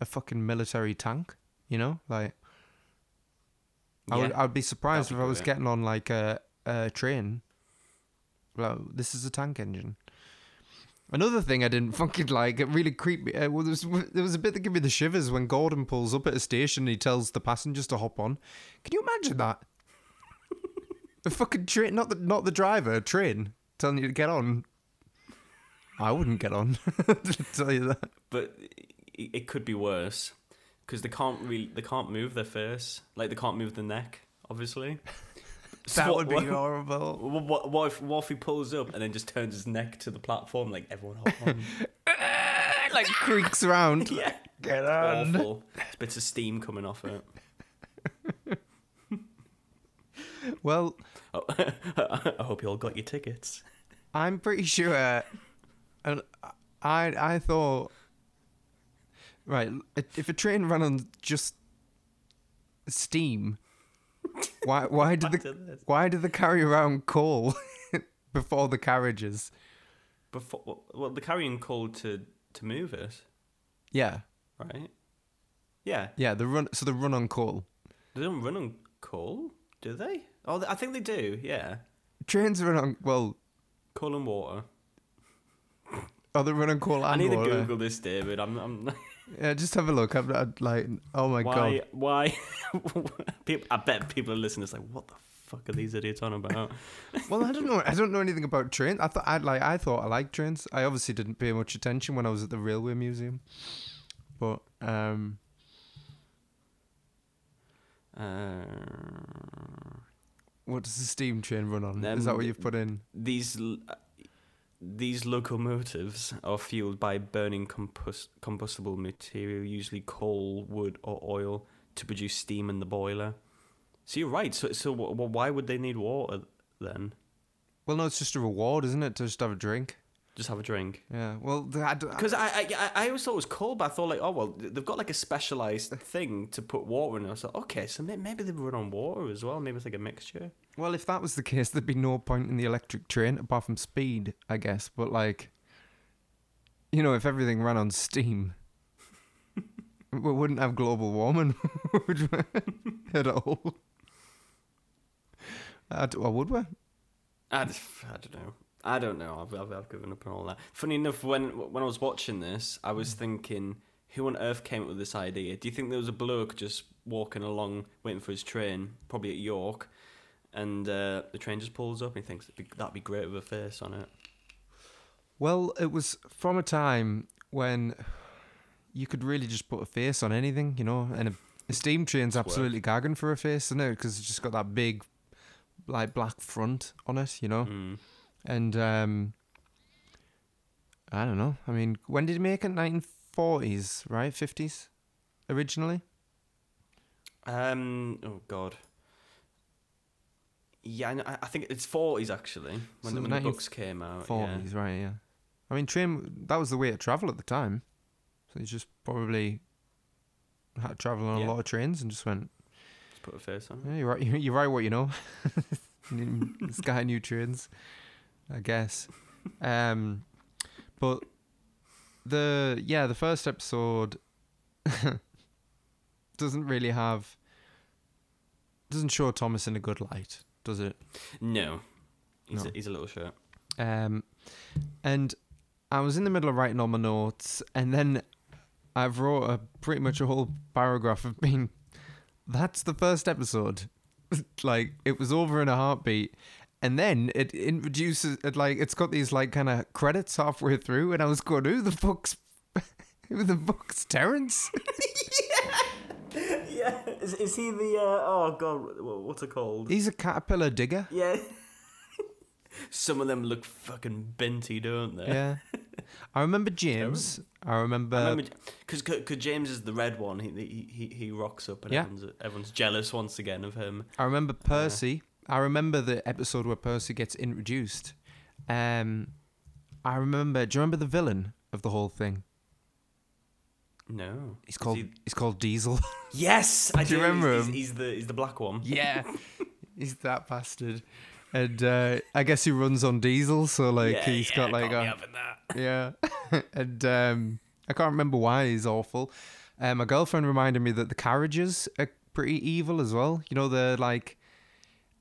[SPEAKER 2] a fucking military tank, you know, like I would,
[SPEAKER 1] Yeah.
[SPEAKER 2] I'd be surprised
[SPEAKER 1] That'd
[SPEAKER 2] if
[SPEAKER 1] be
[SPEAKER 2] I was
[SPEAKER 1] great.
[SPEAKER 2] getting on like a, a train. Well, this is a tank engine. Another thing I didn't fucking like, it really creeped me. Uh, well, there, was, there was a bit that gave me the shivers when Gordon pulls up at a station and he tells the passengers to hop on. Can you imagine that? the fucking train, not the, not the driver, a train telling you to get on. I wouldn't get on, to tell you that.
[SPEAKER 1] but it, it could be worse because they can't really they can't move their face, like they can't move the neck, obviously. So
[SPEAKER 2] That would be
[SPEAKER 1] what-
[SPEAKER 2] horrible.
[SPEAKER 1] What, what, what, if, what if he pulls up and then just turns his neck to the platform like everyone hop on?
[SPEAKER 2] like creaks around.
[SPEAKER 1] yeah.
[SPEAKER 2] Get on.
[SPEAKER 1] Awful. There's bits of steam coming off it.
[SPEAKER 2] Well,
[SPEAKER 1] Oh, I hope you all got your tickets.
[SPEAKER 2] I'm pretty sure. And I I thought. Right, if a train ran on just steam, why why did
[SPEAKER 1] Back
[SPEAKER 2] the
[SPEAKER 1] to this.
[SPEAKER 2] why did the carry around coal before the carriages?
[SPEAKER 1] Before, well, the carrying called to to move it,
[SPEAKER 2] Yeah,
[SPEAKER 1] right? Yeah,
[SPEAKER 2] yeah, the run so the run on coal.
[SPEAKER 1] they don't run on coal, do they? Oh, I think they do. Yeah,
[SPEAKER 2] Trains run on well,
[SPEAKER 1] coal and water.
[SPEAKER 2] oh, they run on coal.
[SPEAKER 1] I
[SPEAKER 2] and
[SPEAKER 1] need to
[SPEAKER 2] water.
[SPEAKER 1] Google this, David. I'm, I'm
[SPEAKER 2] Yeah, just have a look. I'm, i like, oh my
[SPEAKER 1] why,
[SPEAKER 2] god,
[SPEAKER 1] why? people, I bet people are listening. It's like, what the fuck are these idiots on about?
[SPEAKER 2] Well, I don't know. I don't know anything about trains. I thought I like. I thought I liked trains. I obviously didn't pay much attention when I was at the railway museum, but um,
[SPEAKER 1] Uh,
[SPEAKER 2] what does the steam train run on?
[SPEAKER 1] Them-
[SPEAKER 2] Is that what you've put in?
[SPEAKER 1] these l- uh, these locomotives are fueled by burning compus- combustible material, usually coal, wood, or oil, to produce steam in the boiler. So you're right. So so wh- wh- why would they need water then?
[SPEAKER 2] Well, no, it's just a reward, isn't it? To just have a drink.
[SPEAKER 1] Just have a drink.
[SPEAKER 2] Yeah. Well, th- I d-
[SPEAKER 1] Because I, I I- I always thought it was coal, but I thought like, oh well, th- they've got like a specialized thing to put water in. I was like, okay, so may- maybe they run on water as well. Maybe it's like a mixture.
[SPEAKER 2] well, if that was the case, there'd be no point in the electric train apart from speed, I guess. But like, you know, if everything ran on steam, we wouldn't have global warming would we? at all. I d- or would we?
[SPEAKER 1] I, d- I don't know. I don't know. I've, I've, I've given up on all that. Funny enough, when when I was watching this, I
[SPEAKER 2] Hmm.
[SPEAKER 1] was thinking, who on earth came up with this idea? Do you think there was a bloke just walking along, waiting for his train, probably at York, and uh, the train just pulls up and he thinks that'd be, that'd be great with a face on it?
[SPEAKER 2] Well, it was from a time when you could really just put a face on anything, you know, and a, a steam train's absolutely gagging for a face, isn't it? Because it's just got that big, like, black front on it, you know?
[SPEAKER 1] Mm.
[SPEAKER 2] And, um, I don't know. I mean, when did it make it? 1940s, right? 50s, originally?
[SPEAKER 1] Um. Oh God. Yeah, I kn- I, I think it's forties actually when,
[SPEAKER 2] So
[SPEAKER 1] the, when the
[SPEAKER 2] 1940s,
[SPEAKER 1] books came out. Oh, Yeah.
[SPEAKER 2] 40s, right, yeah. I mean, train, that was the way to travel at the time. So you just probably had to travel on
[SPEAKER 1] Yeah.
[SPEAKER 2] a lot of trains and just went,
[SPEAKER 1] Let's put a face on. it.
[SPEAKER 2] Yeah, you're right. You're right. What you know, Sky Nutrients, I guess. Um, but the yeah, the first episode doesn't really have doesn't show Thomas in a good light, does it?
[SPEAKER 1] No, he's
[SPEAKER 2] No.
[SPEAKER 1] A, he's a little shirt.
[SPEAKER 2] Um, and I was in the middle of writing all my notes, and then I wrote a pretty much a whole paragraph of being that's the first episode. like it was over in a heartbeat. And then it introduces it like it's got these like kind of credits halfway through, and I was going, "Who the fuck's, who the fuck's Terrence?"
[SPEAKER 1] Yeah, is, is he the? Uh, oh God, wha- what's it called?
[SPEAKER 2] He's a caterpillar digger.
[SPEAKER 1] Yeah. Some of them look fucking binty, don't they?
[SPEAKER 2] Yeah, I remember James. I remember.
[SPEAKER 1] Because because James is the red one. He he he, he rocks up and
[SPEAKER 2] Yeah.
[SPEAKER 1] everyone's everyone's jealous once again of him.
[SPEAKER 2] I remember Percy. I remember the episode where Percy gets introduced. Um, I remember. Do you remember the villain of the whole thing?
[SPEAKER 1] No,
[SPEAKER 2] He's
[SPEAKER 1] Is
[SPEAKER 2] called.
[SPEAKER 1] he-
[SPEAKER 2] He's called Diesel.
[SPEAKER 1] Yes, I
[SPEAKER 2] Do you remember
[SPEAKER 1] he's,
[SPEAKER 2] him?
[SPEAKER 1] He's, he's the he's the black one.
[SPEAKER 2] yeah, he's that bastard. And uh, I guess he runs on Diesel, so like
[SPEAKER 1] he's
[SPEAKER 2] he's got like a yeah. and um, I can't remember why he's awful. Uh, my girlfriend reminded me that the carriages are pretty evil as well. You know, they're like,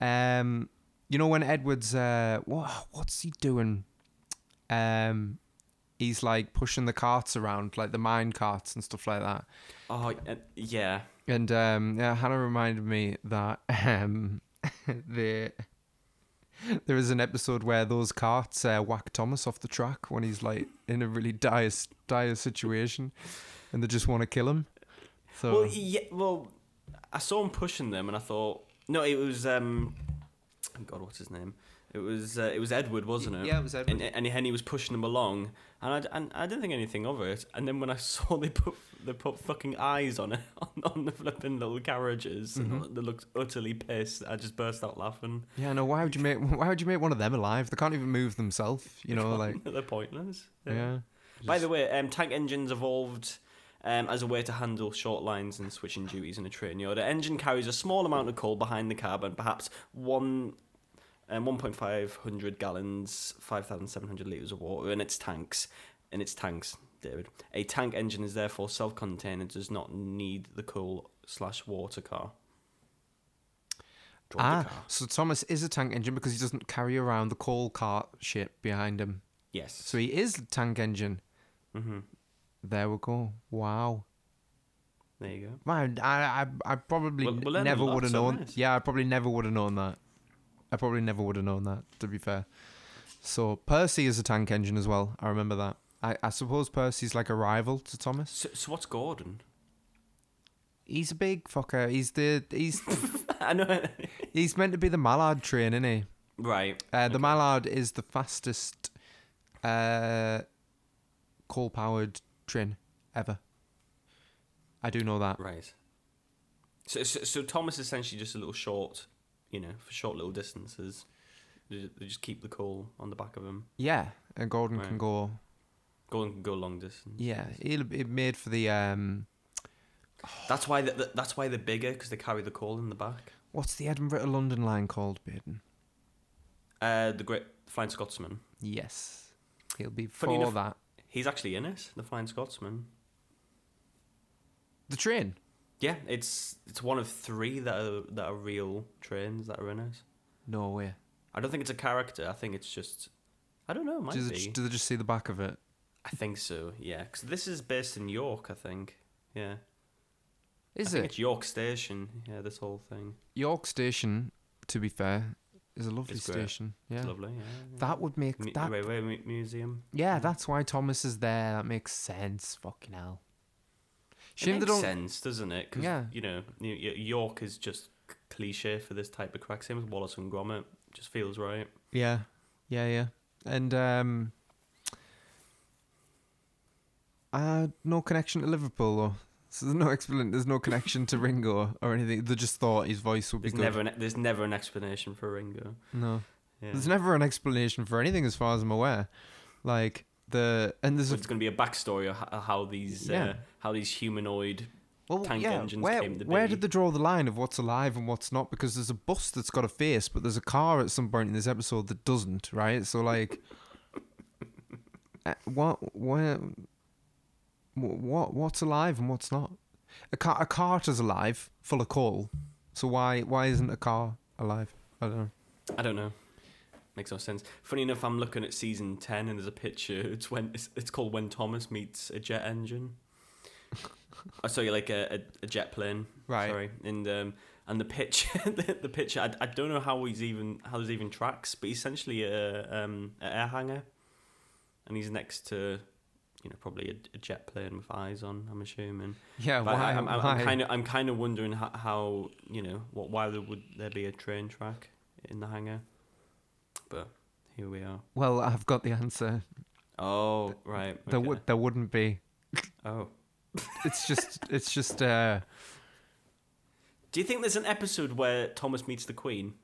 [SPEAKER 2] um, you know when Edward's uh, what what's he doing? Um, he's like pushing the carts around, like the mine carts and stuff like that.
[SPEAKER 1] Oh, uh, yeah.
[SPEAKER 2] And um, yeah, Hannah reminded me that um, the there is an episode where those carts uh, whack Thomas off the track when he's like in a really dire dire situation, and they just want to kill him. So
[SPEAKER 1] Well, yeah. Well, I saw him pushing them, and I thought, no, it was um, oh God, what's his name? It was uh, it was Edward, wasn't it?
[SPEAKER 2] yeah, it was Edward.
[SPEAKER 1] And, and, and he was pushing them along, and I, d- and I didn't think anything of it. And then when I saw they put they put fucking eyes on it on, on the flipping little carriages,
[SPEAKER 2] Mm-hmm.
[SPEAKER 1] and they looked utterly pissed. I just burst out laughing.
[SPEAKER 2] yeah, no. Why would you make Why would you make one of them alive? They can't even move themselves. You know, like
[SPEAKER 1] They're pointless.
[SPEAKER 2] yeah.
[SPEAKER 1] By the way, um, tank engines evolved um, as a way to handle short lines and switching duties in a train. Your engine carries a small amount of coal behind the cab and perhaps one. Um, 1.500 gallons, 5,700 litres of water in its tanks. In its tanks, David. A tank engine is therefore self contained and does not need the coal slash water car. Drive the
[SPEAKER 2] Ah,
[SPEAKER 1] car.
[SPEAKER 2] so Thomas is a tank engine because he doesn't carry around the coal cart shit behind him.
[SPEAKER 1] Yes.
[SPEAKER 2] So he is a tank engine.
[SPEAKER 1] Mhm.
[SPEAKER 2] There we go. Wow.
[SPEAKER 1] There you go.
[SPEAKER 2] Man, I I, I probably
[SPEAKER 1] Well, well,
[SPEAKER 2] never
[SPEAKER 1] Ellen,
[SPEAKER 2] would
[SPEAKER 1] that's
[SPEAKER 2] have
[SPEAKER 1] so
[SPEAKER 2] known.
[SPEAKER 1] nice.
[SPEAKER 2] Yeah, I probably never would have known that. I probably never would have known that. To be fair, so Percy is a tank engine as well. I remember that. I, I suppose Percy's like a rival to Thomas.
[SPEAKER 1] So, so what's Gordon?
[SPEAKER 2] He's a big fucker. He's the he's
[SPEAKER 1] I know.
[SPEAKER 2] he's meant to be the Mallard train, isn't he?
[SPEAKER 1] right.
[SPEAKER 2] Uh, the Mallard is the fastest uh, coal powered train ever. I do know that.
[SPEAKER 1] Right. So, so, so Thomas is essentially just a little short, you know, for short little distances. They they just keep the call on the back of him.
[SPEAKER 2] Yeah, and Gordon can
[SPEAKER 1] Right.
[SPEAKER 2] go
[SPEAKER 1] Gordon can go long distance.
[SPEAKER 2] Yeah, it, it made for the um,
[SPEAKER 1] That's why the, the, that's why they're bigger because they carry the call in the back.
[SPEAKER 2] what's the Edinburgh to London line called, Baden?
[SPEAKER 1] Uh, the Great Flying Scotsman.
[SPEAKER 2] Yes, he'll be for
[SPEAKER 1] Funny enough-
[SPEAKER 2] that.
[SPEAKER 1] He's actually in it. The Flying Scotsman.
[SPEAKER 2] The train.
[SPEAKER 1] Yeah, it's it's one of three that are that are real trains that are in it.
[SPEAKER 2] No way.
[SPEAKER 1] I don't think it's a character. I think it's just. I don't know. it Might
[SPEAKER 2] Do
[SPEAKER 1] be.
[SPEAKER 2] they, do they just see the back of it?
[SPEAKER 1] I think so. Yeah, because this is based in York. I think. Yeah.
[SPEAKER 2] Is
[SPEAKER 1] I think
[SPEAKER 2] it
[SPEAKER 1] it's York Station. Yeah, this whole thing.
[SPEAKER 2] York Station? To be fair, is a lovely
[SPEAKER 1] It's great.
[SPEAKER 2] station. Yeah,
[SPEAKER 1] It's lovely. Yeah. yeah.
[SPEAKER 2] that would make
[SPEAKER 1] Mu-
[SPEAKER 2] that.
[SPEAKER 1] Railway mu- museum. Mm.
[SPEAKER 2] Yeah, that's why Thomas is there. That makes sense. Fucking hell. Shame
[SPEAKER 1] it
[SPEAKER 2] they
[SPEAKER 1] makes
[SPEAKER 2] don't.
[SPEAKER 1] sense, doesn't it? 'Cause,
[SPEAKER 2] Yeah.
[SPEAKER 1] You know, y- y- York is just c- cliche for this type of crack. Same as Wallace and Gromit. Just feels right.
[SPEAKER 2] Yeah, yeah, yeah. And um, uh, no connection to Liverpool though. So there's no explan- There's no connection to Ringo or anything. They just thought his voice would be
[SPEAKER 1] There's
[SPEAKER 2] good.
[SPEAKER 1] never an, there's never an explanation for Ringo.
[SPEAKER 2] no,
[SPEAKER 1] Yeah.
[SPEAKER 2] there's never an explanation for anything as far as I'm aware. Like the and there's a
[SPEAKER 1] There's going to be a backstory of ho- how these uh,
[SPEAKER 2] Yeah.
[SPEAKER 1] how these humanoid.
[SPEAKER 2] well,
[SPEAKER 1] tank
[SPEAKER 2] yeah,
[SPEAKER 1] engines
[SPEAKER 2] where,
[SPEAKER 1] came to
[SPEAKER 2] where
[SPEAKER 1] be.
[SPEAKER 2] did they draw the line of what's alive and what's not? Because there's a bus that's got a face, but there's a car at some point in this episode that doesn't. Right? So like, uh, what, where, wh- what, what's alive and what's not? A car, a cart is alive, full of coal. So why, why isn't a car alive? I don't know.
[SPEAKER 1] I don't know. Makes no sense. Funny enough, I'm looking at season ten and there's a picture. It's when it's, it's called when Thomas meets a jet engine. I saw you like a, a, a jet plane.
[SPEAKER 2] Right.
[SPEAKER 1] Sorry. And um and the picture the, the picture I, I don't know how he's even how there's even tracks, but he's essentially a um an air hanger, and he's next to. You know, probably a, a jet plane with eyes on. I'm assuming.
[SPEAKER 2] Yeah,
[SPEAKER 1] But I, I'm, I'm, I'm kind of, I'm kind of wondering how, how, you know, what, why there would there be a train track in the hangar? But here we are.
[SPEAKER 2] Well, I've got the answer.
[SPEAKER 1] Oh, right.
[SPEAKER 2] There
[SPEAKER 1] okay.
[SPEAKER 2] would, there wouldn't be.
[SPEAKER 1] Oh,
[SPEAKER 2] It's just, it's just. uh
[SPEAKER 1] do you think there's an episode where Thomas meets the Queen,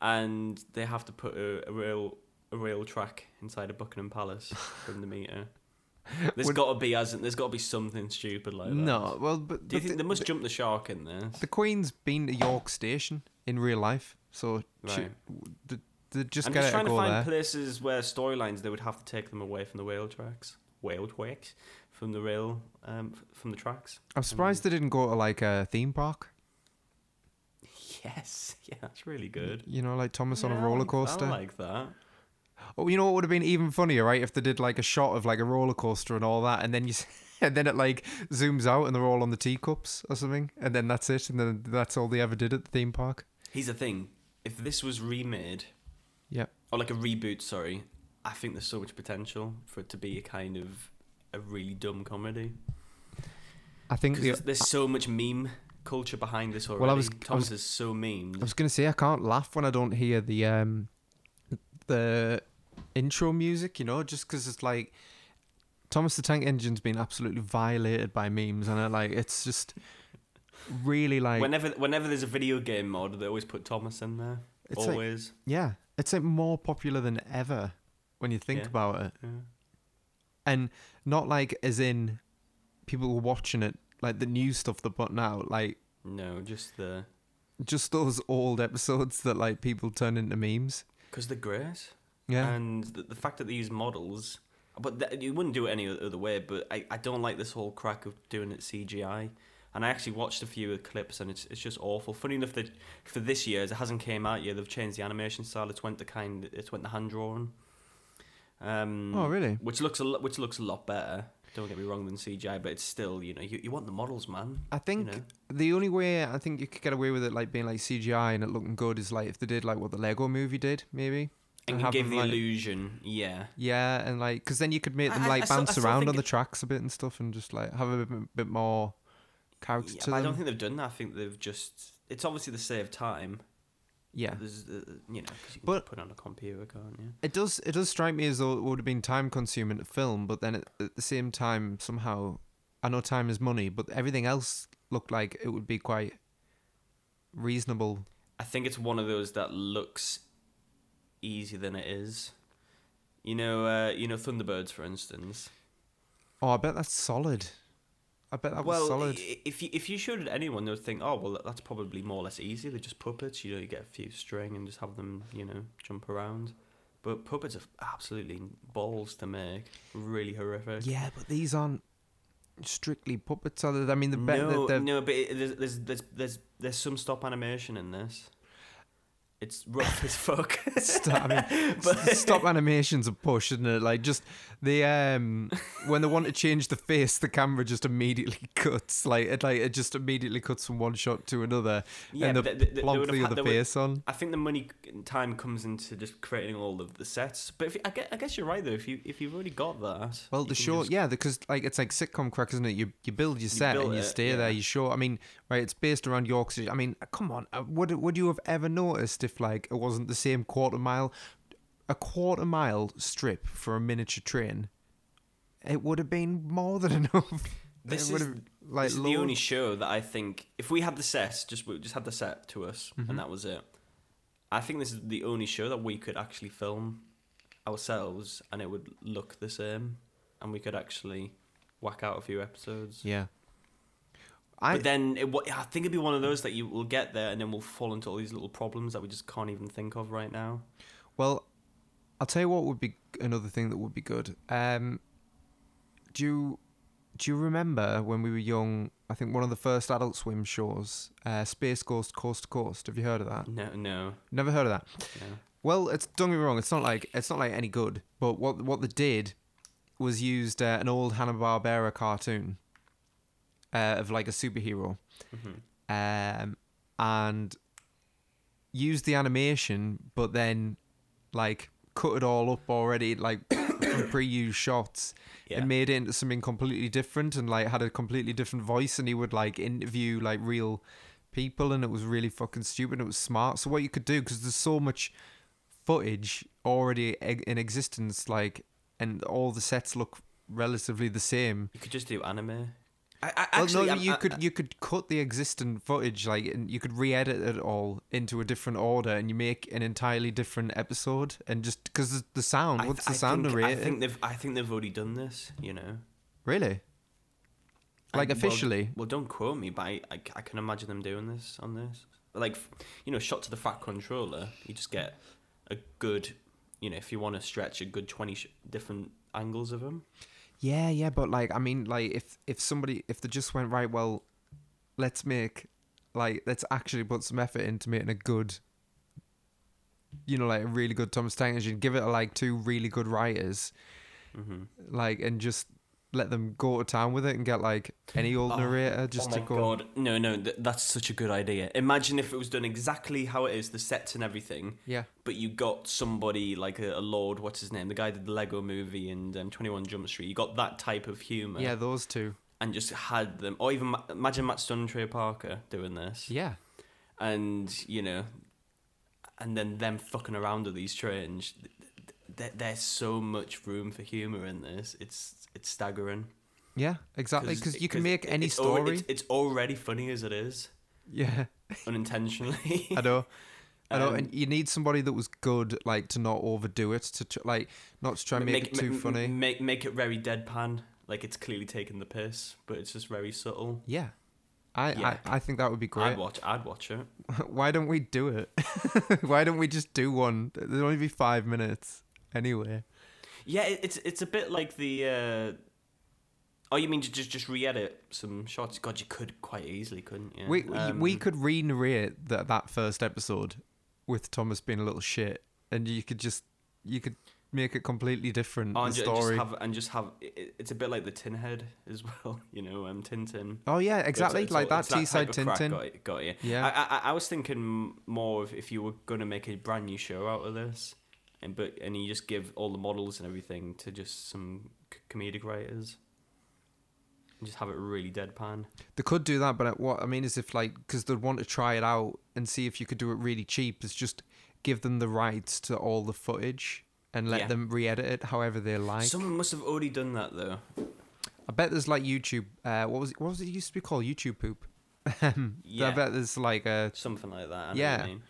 [SPEAKER 1] and they have to put a, a rail a rail track inside a Buckingham Palace from the meter? There's
[SPEAKER 2] Would-
[SPEAKER 1] got to be, hasn't there's got to be something stupid like that.
[SPEAKER 2] No, well, but
[SPEAKER 1] Do you
[SPEAKER 2] but
[SPEAKER 1] think
[SPEAKER 2] the-
[SPEAKER 1] they must jump the shark in this?
[SPEAKER 2] The Queen's been to York Station in real life, so she,
[SPEAKER 1] Right.
[SPEAKER 2] th- th- just
[SPEAKER 1] I'm
[SPEAKER 2] get
[SPEAKER 1] just
[SPEAKER 2] her
[SPEAKER 1] trying
[SPEAKER 2] to
[SPEAKER 1] to
[SPEAKER 2] go
[SPEAKER 1] find
[SPEAKER 2] there.
[SPEAKER 1] places where storylines they would have to take them away from the rail tracks, rail tracks, from the rail, um, f- from the tracks.
[SPEAKER 2] I'm surprised they didn't go to like a theme park
[SPEAKER 1] yes, yeah, that's really good.
[SPEAKER 2] You know, like Thomas on
[SPEAKER 1] Yeah,
[SPEAKER 2] a
[SPEAKER 1] I
[SPEAKER 2] roller
[SPEAKER 1] like-
[SPEAKER 2] coaster.
[SPEAKER 1] I like that.
[SPEAKER 2] Oh, you know what would have been even funnier, right? If they did like a shot of like a roller coaster and all that, and then you, s- and then it like zooms out and they're all on the teacups or something, and then that's it, and then that's all they ever did at the theme park.
[SPEAKER 1] Here's the thing: if this was remade
[SPEAKER 2] Yep.
[SPEAKER 1] or like a reboot, sorry, I think there's so much potential for it to be a kind of a really dumb comedy.
[SPEAKER 2] Mm, I think
[SPEAKER 1] 'Cause
[SPEAKER 2] the,
[SPEAKER 1] there's, there's so much meme culture behind this already.
[SPEAKER 2] Well, I was- I
[SPEAKER 1] Thomas
[SPEAKER 2] was-
[SPEAKER 1] is so memed.
[SPEAKER 2] I was gonna say I can't laugh when I don't hear the um the intro music, you know, just because it's like Thomas the Tank Engine's been absolutely violated by memes, and I like it's just really like
[SPEAKER 1] whenever whenever there's a video game mod, they always put Thomas in there.
[SPEAKER 2] It's like-
[SPEAKER 1] always.
[SPEAKER 2] yeah, it's like more popular than ever when you think
[SPEAKER 1] Yeah.
[SPEAKER 2] about it,
[SPEAKER 1] yeah.
[SPEAKER 2] and not like as in people watching it like the new stuff they're putting out, like
[SPEAKER 1] No, just the
[SPEAKER 2] just those old episodes that like people turn into memes.
[SPEAKER 1] because the grace
[SPEAKER 2] Yeah,
[SPEAKER 1] and the, the fact that they use models. But th- you wouldn't do it any other way. But I, I don't like this whole crack of doing it CGI. And I actually watched a few clips, and it's it's just awful. Funny enough, that for this year, as it hasn't came out yet, they've changed the animation style. It's went the kind, it's went the hand drawn. Um,
[SPEAKER 2] Oh, really?
[SPEAKER 1] Which looks a lot, which looks a lot better. Don't get me wrong than CGI, but it's still you know you, you want the models, man.
[SPEAKER 2] I think
[SPEAKER 1] know?
[SPEAKER 2] the only way I think you could get away with it, like being like CGI and it looking good, is like if they did like what the Lego Movie did, maybe.
[SPEAKER 1] And
[SPEAKER 2] have
[SPEAKER 1] give
[SPEAKER 2] them,
[SPEAKER 1] the
[SPEAKER 2] like-
[SPEAKER 1] illusion, yeah.
[SPEAKER 2] Yeah, and like because then you could make them
[SPEAKER 1] I- I-
[SPEAKER 2] like
[SPEAKER 1] I still- I
[SPEAKER 2] bounce
[SPEAKER 1] still
[SPEAKER 2] around
[SPEAKER 1] think
[SPEAKER 2] on the
[SPEAKER 1] it-
[SPEAKER 2] tracks a bit and stuff, and just like have a bit, bit more character
[SPEAKER 1] Yeah,
[SPEAKER 2] to
[SPEAKER 1] but
[SPEAKER 2] them.
[SPEAKER 1] I don't think they've done that. I think they've just. It's obviously the save time.
[SPEAKER 2] yeah,
[SPEAKER 1] There's, uh, you know, 'cause you can
[SPEAKER 2] But-
[SPEAKER 1] put it on a computer, can't you?
[SPEAKER 2] it does. It does strike me as though it would have been time consuming to film, but then at, at the same time, somehow, I know time is money, but everything else looked like it would be quite reasonable.
[SPEAKER 1] I think it's one of those that looks easier than it is. You know, uh, you know, Thunderbirds, for instance.
[SPEAKER 2] Oh, I bet that's solid. I bet that was
[SPEAKER 1] well,
[SPEAKER 2] solid.
[SPEAKER 1] i- if you if you showed it to anyone, they would think, oh, well, that's probably more or less easy. They're just puppets. You know, you get a few string and just have them, you know, jump around. But puppets are absolutely balls to make. Really horrific.
[SPEAKER 2] Yeah, but these aren't strictly puppets. Are they? I mean, the bet
[SPEAKER 1] no,
[SPEAKER 2] that they're
[SPEAKER 1] no, but it, there's, there's there's there's there's some stop animation in this. It's rough as fuck.
[SPEAKER 2] st- I mean, s- stop animation's a push, isn't it? Like just the um, when they want to change the face, the camera just immediately cuts. Like it, like it just immediately cuts from one shot to another,
[SPEAKER 1] Yeah,
[SPEAKER 2] and
[SPEAKER 1] but
[SPEAKER 2] they
[SPEAKER 1] they- they- they
[SPEAKER 2] plonk
[SPEAKER 1] would have
[SPEAKER 2] the
[SPEAKER 1] had-
[SPEAKER 2] other
[SPEAKER 1] they would-
[SPEAKER 2] face on.
[SPEAKER 1] I think the money and time comes into just creating all of the sets. But if you, I, guess, I guess you're right though. If you if you've already got that,
[SPEAKER 2] Well,
[SPEAKER 1] you can
[SPEAKER 2] the show,
[SPEAKER 1] just-
[SPEAKER 2] yeah, because like it's like sitcom crack, isn't it? You you build your set
[SPEAKER 1] build
[SPEAKER 2] and you
[SPEAKER 1] it,
[SPEAKER 2] stay
[SPEAKER 1] yeah.
[SPEAKER 2] there. You show. I mean, right? It's based around Yorkshire. I mean, come on. uh, Would would you have ever noticed if like it wasn't the same quarter mile, a quarter mile strip for a miniature train? It would have been more than enough.
[SPEAKER 1] This
[SPEAKER 2] It would
[SPEAKER 1] is-
[SPEAKER 2] have, like
[SPEAKER 1] this is the
[SPEAKER 2] loads-
[SPEAKER 1] only show that I think if we had the set, just we just had the set to us,
[SPEAKER 2] Mm-hmm.
[SPEAKER 1] and that was it. I think this is the only show that we could actually film ourselves, and it would look the same, and we could actually whack out a few episodes.
[SPEAKER 2] Yeah. I
[SPEAKER 1] but then it, wa- I think it'd be one of those that you will get there, and then we'll fall into all these little problems that we just can't even think of right now.
[SPEAKER 2] Well, I'll tell you what would be another thing that would be good. Um, do you do you remember when we were young? I think one of the first Adult Swim shows, uh, Space Ghost Coast to Coast. Have you heard of that?
[SPEAKER 1] No, no,
[SPEAKER 2] Never heard of that.
[SPEAKER 1] no.
[SPEAKER 2] Well, it's don't get me wrong. It's not like it's not like any good. But what what they did was used uh, an old Hanna Barbera cartoon uh, of like a superhero,
[SPEAKER 1] Mm-hmm.
[SPEAKER 2] um, and used the animation, but then like cut it all up already, like from pre-used shots,
[SPEAKER 1] Yeah.
[SPEAKER 2] and made it into something completely different, and like had a completely different voice, and he would like interview like real people, and it was really fucking stupid. It was smart. So what you could do, because there's so much footage already e- in existence, like, and all the sets look relatively the same.
[SPEAKER 1] You could just do anime. I, I
[SPEAKER 2] Well,
[SPEAKER 1] actually,
[SPEAKER 2] no,
[SPEAKER 1] I'm-
[SPEAKER 2] you
[SPEAKER 1] I-
[SPEAKER 2] could
[SPEAKER 1] I-
[SPEAKER 2] you could cut the existing footage like and you could re-edit it all into a different order, and you make an entirely different episode, and just because the sound,
[SPEAKER 1] I-
[SPEAKER 2] what's the
[SPEAKER 1] I
[SPEAKER 2] sound
[SPEAKER 1] think, I
[SPEAKER 2] rating?
[SPEAKER 1] think they've, I think they've already done this. You know,
[SPEAKER 2] Really,
[SPEAKER 1] And,
[SPEAKER 2] like
[SPEAKER 1] well,
[SPEAKER 2] officially?
[SPEAKER 1] Well, don't quote me, but I, I, I can imagine them doing this on this. Like, you know, shot to the fat controller, you just get a good, you know, if you want to stretch a good twenty sh- different angles of them.
[SPEAKER 2] Yeah, yeah, but like I mean, like if if somebody if they just went right, well, let's make like let's actually put some effort into making a good you know like a really good thomas tank engine give it like two really good writers
[SPEAKER 1] Mm-hmm.
[SPEAKER 2] like and just let them go to town with it and get like any old narrator just
[SPEAKER 1] oh
[SPEAKER 2] to
[SPEAKER 1] my
[SPEAKER 2] go
[SPEAKER 1] god! No, no, th- that's such a good idea. Imagine if it was done exactly how it is, the sets and everything.
[SPEAKER 2] yeah
[SPEAKER 1] But you got somebody like a, a Lord, what's his name? The guy did the Lego Movie and um, Twenty One Jump Street. You got that type of humor,
[SPEAKER 2] yeah those two
[SPEAKER 1] and just had them. Or even ma- imagine Matt Stone and Trey Parker doing this,
[SPEAKER 2] yeah
[SPEAKER 1] and you know, and then them fucking around with these trains. Th- th- th- There's so much room for humor in this. It's it's staggering.
[SPEAKER 2] yeah exactly because you can make any
[SPEAKER 1] it's alre-
[SPEAKER 2] story
[SPEAKER 1] it's, it's already funny as it is,
[SPEAKER 2] yeah
[SPEAKER 1] unintentionally.
[SPEAKER 2] I know. I know,
[SPEAKER 1] Um,
[SPEAKER 2] and you need somebody that was good, like to not overdo it, to tr- like not to try and make, it too
[SPEAKER 1] ma-
[SPEAKER 2] funny.
[SPEAKER 1] Make make it very deadpan. Like it's clearly taking the piss, but it's just very subtle.
[SPEAKER 2] yeah, I,
[SPEAKER 1] Yeah.
[SPEAKER 2] I I think that would be
[SPEAKER 1] I'd
[SPEAKER 2] great.
[SPEAKER 1] watch. I'd watch it.
[SPEAKER 2] Why don't we do it? Why don't we just do one? There'll only be five minutes anyway.
[SPEAKER 1] Yeah, it, it's it's a bit like the. Uh, oh, you mean ju- just just re-edit some shots? God, you could quite easily, couldn't you?
[SPEAKER 2] we we- we
[SPEAKER 1] Um,
[SPEAKER 2] could re-narrate that that first episode with Thomas being a little shit, and you could just you could make it completely different.
[SPEAKER 1] oh,
[SPEAKER 2] the
[SPEAKER 1] and ju- and
[SPEAKER 2] story.
[SPEAKER 1] just have and just have. i- i- It's a bit like the Tinhead as well. You know, um, Tintin.
[SPEAKER 2] oh yeah,
[SPEAKER 1] It's-
[SPEAKER 2] exactly
[SPEAKER 1] it's
[SPEAKER 2] like
[SPEAKER 1] all-
[SPEAKER 2] that
[SPEAKER 1] it's type
[SPEAKER 2] T-side
[SPEAKER 1] of crack,
[SPEAKER 2] Tintin.
[SPEAKER 1] Got, it- got you.
[SPEAKER 2] Yeah.
[SPEAKER 1] I, I, I was thinking more of if you were going to make a brand new show out of this, and but and you just give all the models and everything to just some c- comedic writers, and just have it really deadpan.
[SPEAKER 2] They could do that, but uh, what I mean is if like because they'd want to try it out and see if you could do it really cheap. Is just give them the rights to all the footage and let
[SPEAKER 1] Yeah.
[SPEAKER 2] them re-edit it however they like.
[SPEAKER 1] Someone must have already done that though.
[SPEAKER 2] I bet there's like YouTube. Uh, what was it, what was it used to be called? YouTube poop. I
[SPEAKER 1] Yeah.
[SPEAKER 2] bet there's like uh,
[SPEAKER 1] Something like that. I know what you
[SPEAKER 2] Yeah.
[SPEAKER 1] mean.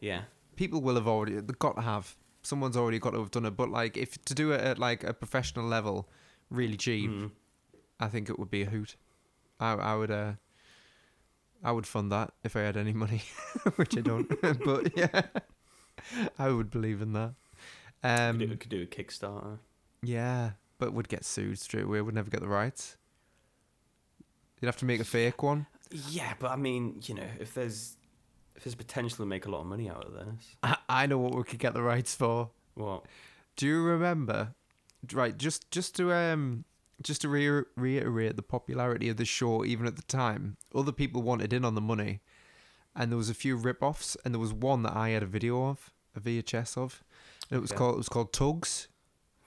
[SPEAKER 1] Yeah.
[SPEAKER 2] people will have already they've got to have someone's already got to have done it. But like if to do it at like a professional level, really cheap,
[SPEAKER 1] Mm.
[SPEAKER 2] I think it would be a hoot. I I would uh I would fund that if I had any money, which I don't. but yeah, I would believe in that.
[SPEAKER 1] Could do-
[SPEAKER 2] Um,
[SPEAKER 1] could do a Kickstarter.
[SPEAKER 2] yeah, but would get sued straight away. Would never get the rights. You'd have to make a fake one.
[SPEAKER 1] Yeah, but I mean, you know, if there's if there's potential to make a lot of money out of this,
[SPEAKER 2] I, I know what we could get the rights for.
[SPEAKER 1] what?
[SPEAKER 2] Do you remember? Right, just just to um just to re- reiterate the popularity of the show, even at the time, other people wanted in on the money, and there was a few rip-offs, and there was one that I had a video of, a VHS of, and it was
[SPEAKER 1] Okay.
[SPEAKER 2] called it was called Tugs.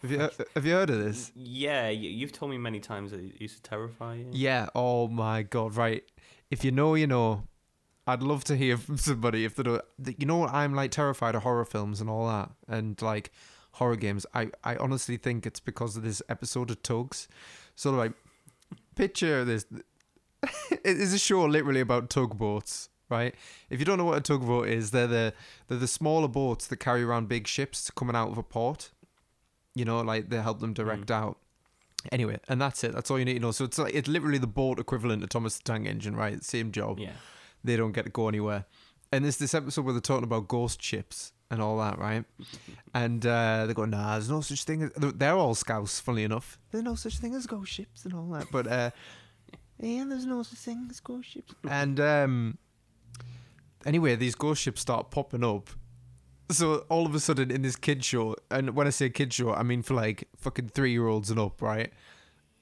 [SPEAKER 2] Have you have you heard of this?
[SPEAKER 1] Yeah, y- you've told me many times that it used to terrify you.
[SPEAKER 2] Yeah. Oh my god. Right. If you know, you know. I'd love to hear from somebody if they don't. th- You know, I'm like terrified of horror films and all that, and like horror games. I I honestly think it's because of this episode of Tugs. So like, picture this. it is a show literally about tugboats, right? If you don't know what a tugboat is, they're the they're the smaller boats that carry around big ships coming out of a port. You know, like they help them direct out. Anyway, and that's it. That's all you need to know. So it's like it's literally the boat equivalent to Thomas the Tank Engine, right? Same job.
[SPEAKER 1] Yeah.
[SPEAKER 2] They don't get to go anywhere. And there's this episode where they're talking about ghost ships and all that, right? And uh, they go, nah, there's no such thing. As... they're- They're all scouts, funnily enough. There's no such thing as ghost ships and all that. But uh, yeah, there's no such thing as ghost ships. And um, anyway, these ghost ships start popping up. So all of a sudden, in this kid show, and when I say kid show, I mean for like fucking three year olds and up, right?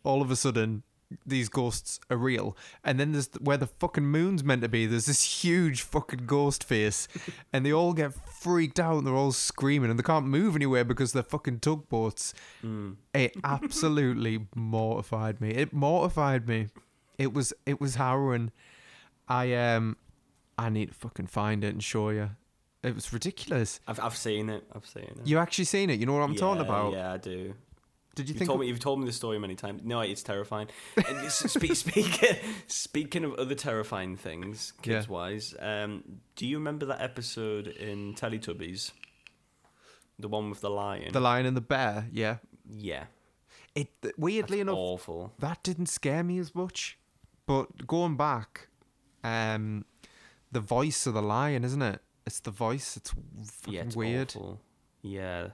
[SPEAKER 2] All of a sudden, these ghosts are real. And then there's where the fucking moon's meant to be. There's this huge fucking ghost face, and they all get freaked out. and They're all screaming, and they can't move anywhere because they're fucking tugboats.
[SPEAKER 1] Mm.
[SPEAKER 2] It absolutely mortified me. It mortified me. It was it was harrowing. I um, I need to fucking find it and show you. It was ridiculous.
[SPEAKER 1] I've, I've seen it. I've seen it.
[SPEAKER 2] You actually seen it? You know what I'm talking
[SPEAKER 1] Yeah,
[SPEAKER 2] about?
[SPEAKER 1] Yeah, I do.
[SPEAKER 2] Did you
[SPEAKER 1] You've
[SPEAKER 2] think?
[SPEAKER 1] told me you've told me the story many times. No, it's terrifying. And s- spe- speaking speaking of other terrifying things,
[SPEAKER 2] Yeah.
[SPEAKER 1] kids wise, um, do you remember that episode in Teletubbies, the one with the lion?
[SPEAKER 2] The lion and the bear. Yeah.
[SPEAKER 1] yeah,
[SPEAKER 2] It weirdly enough,
[SPEAKER 1] awful.
[SPEAKER 2] that didn't scare me as much. But going back, um, the voice of the lion, isn't it? It's the voice. It's fucking
[SPEAKER 1] yeah, it's
[SPEAKER 2] weird.
[SPEAKER 1] awful. Yeah,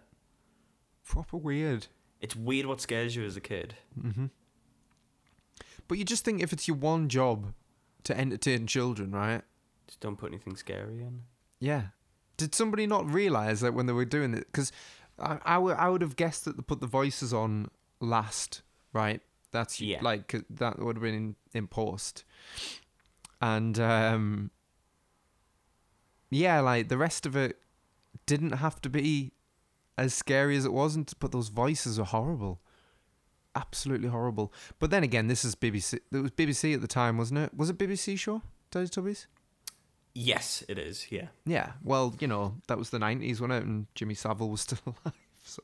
[SPEAKER 2] Proper weird.
[SPEAKER 1] it's weird what scares you as a kid.
[SPEAKER 2] But you just think if it's your one job to entertain children, right?
[SPEAKER 1] Just don't put anything scary in.
[SPEAKER 2] Yeah. Did somebody not realize that when they were doing it? Because I, I, w- I would have guessed that they put the voices on last, right? That's
[SPEAKER 1] Yeah.
[SPEAKER 2] like 'cause that would have been in, in post. And um, yeah, like the rest of it didn't have to be as scary as it wasn't, but those voices are horrible. Absolutely horrible. But then again, this is BBC. It was BBC at the time, wasn't it? Was it BBC Shaw? Teletubbies?
[SPEAKER 1] Yes, it is. Yeah.
[SPEAKER 2] Yeah, well, you know, that was the 90s, wasn't it? And Jimmy Savile was still alive, so...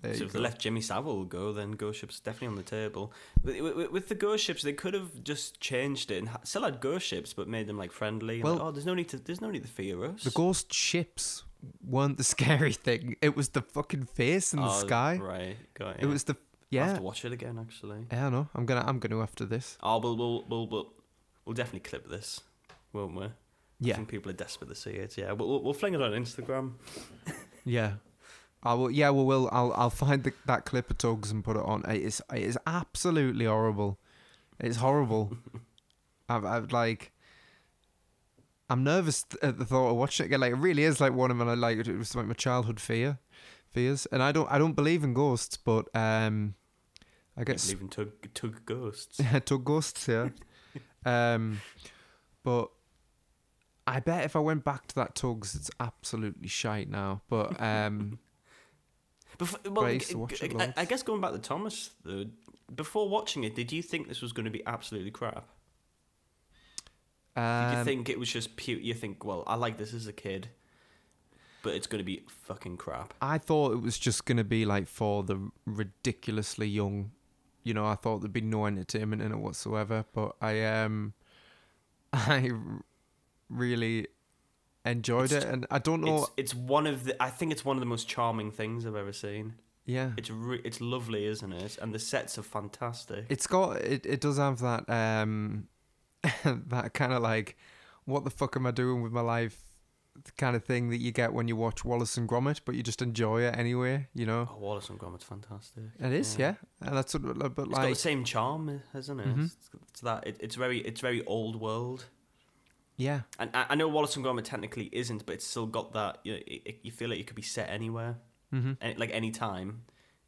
[SPEAKER 2] There
[SPEAKER 1] so
[SPEAKER 2] you
[SPEAKER 1] if they
[SPEAKER 2] go.
[SPEAKER 1] left Jimmy Savile go, then Ghost Ship's definitely on the table. But wi- wi- with the Ghost Ships, they could have just changed it and ha- still had Ghost Ships, but made them like friendly. and
[SPEAKER 2] Well-
[SPEAKER 1] like, oh, there's no need to. There's no need to fear us.
[SPEAKER 2] The ghost ships weren't the scary thing. It was the fucking face in the
[SPEAKER 1] Oh,
[SPEAKER 2] sky.
[SPEAKER 1] Right. Got
[SPEAKER 2] It
[SPEAKER 1] ya.
[SPEAKER 2] was the...
[SPEAKER 1] I'll have
[SPEAKER 2] Yeah,
[SPEAKER 1] to watch it again, actually.
[SPEAKER 2] I don't know. I'm gonna, I'm gonna after this.
[SPEAKER 1] Oh, we'll, we'll, we'll, we'll, we'll definitely clip this, won't we? I
[SPEAKER 2] Yeah,
[SPEAKER 1] think people are desperate to see it. Yeah, we'll, we'll, we'll fling it on Instagram.
[SPEAKER 2] yeah. I will, yeah, well, will. I'll, I'll find the, that clip of Tugs and put it on. It is, it is absolutely horrible. It's horrible. I've, I've like, I'm nervous th- at the thought of watching it again. Like, it really is like one of my like, it was like my childhood fear, fears. And I don't, I don't believe in ghosts, but um, I
[SPEAKER 1] Don't
[SPEAKER 2] guess
[SPEAKER 1] believe in tug, tug ghosts.
[SPEAKER 2] yeah, to ghosts, yeah. um, but I bet if I went back to that tugs, it's absolutely shite now. But um,
[SPEAKER 1] Bef- well,
[SPEAKER 2] I used
[SPEAKER 1] g-
[SPEAKER 2] to watch
[SPEAKER 1] g-
[SPEAKER 2] it
[SPEAKER 1] I-
[SPEAKER 2] loads.
[SPEAKER 1] I guess going back to Thomas, though, before watching it, did you think this was going to be absolutely crap? Did
[SPEAKER 2] um,
[SPEAKER 1] you think it was just pu You think, well, I like this as a kid, but it's going to be fucking crap.
[SPEAKER 2] I thought it was just gonna be like for the ridiculously young. You know, I thought there'd be no entertainment in it whatsoever. But I um, I r- really enjoyed
[SPEAKER 1] It's-
[SPEAKER 2] it, and I don't know.
[SPEAKER 1] It's, it's one of the. I think it's one of the most charming things I've ever seen.
[SPEAKER 2] Yeah,
[SPEAKER 1] It's re- it's lovely, isn't it? And the sets are fantastic.
[SPEAKER 2] It's got it. It does have that um, that kind of like, what the fuck am I doing with my life? Kind of thing that you get when you watch Wallace and Gromit, but you just enjoy it anyway. You know,
[SPEAKER 1] Oh, Wallace and Gromit's fantastic.
[SPEAKER 2] it is, yeah. And that's sort of, but
[SPEAKER 1] Oh, It's got
[SPEAKER 2] like,
[SPEAKER 1] the same charm, hasn't it?
[SPEAKER 2] Mhm.
[SPEAKER 1] It's, it's that. It, it's very. It's very old world.
[SPEAKER 2] yeah,
[SPEAKER 1] And I, I know Wallace and Gromit technically isn't, but it's still got that. You, know, it, it- you feel like it could be set anywhere,
[SPEAKER 2] hmm
[SPEAKER 1] any, like any time,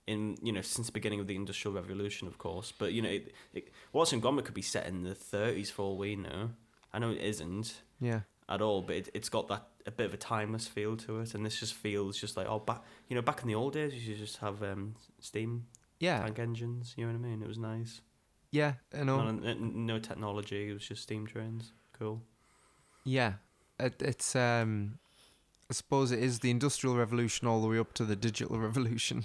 [SPEAKER 1] in you know since the beginning of the Industrial Revolution, of course. But you know, it, it, Wallace and Gromit could be set in the 30s for all we know. I know it isn't
[SPEAKER 2] yeah.
[SPEAKER 1] at all, but it, it's got that a bit of a timeless feel to it, and this just feels just like oh, back you know back in the old days, you should just have um, steam
[SPEAKER 2] Yeah,
[SPEAKER 1] tank engines. You know what I mean? It was nice.
[SPEAKER 2] yeah, I know.
[SPEAKER 1] No, no, no technology. It was just steam trains. Cool.
[SPEAKER 2] Yeah, it, it's um, I suppose it is the industrial revolution all the way up to the digital revolution,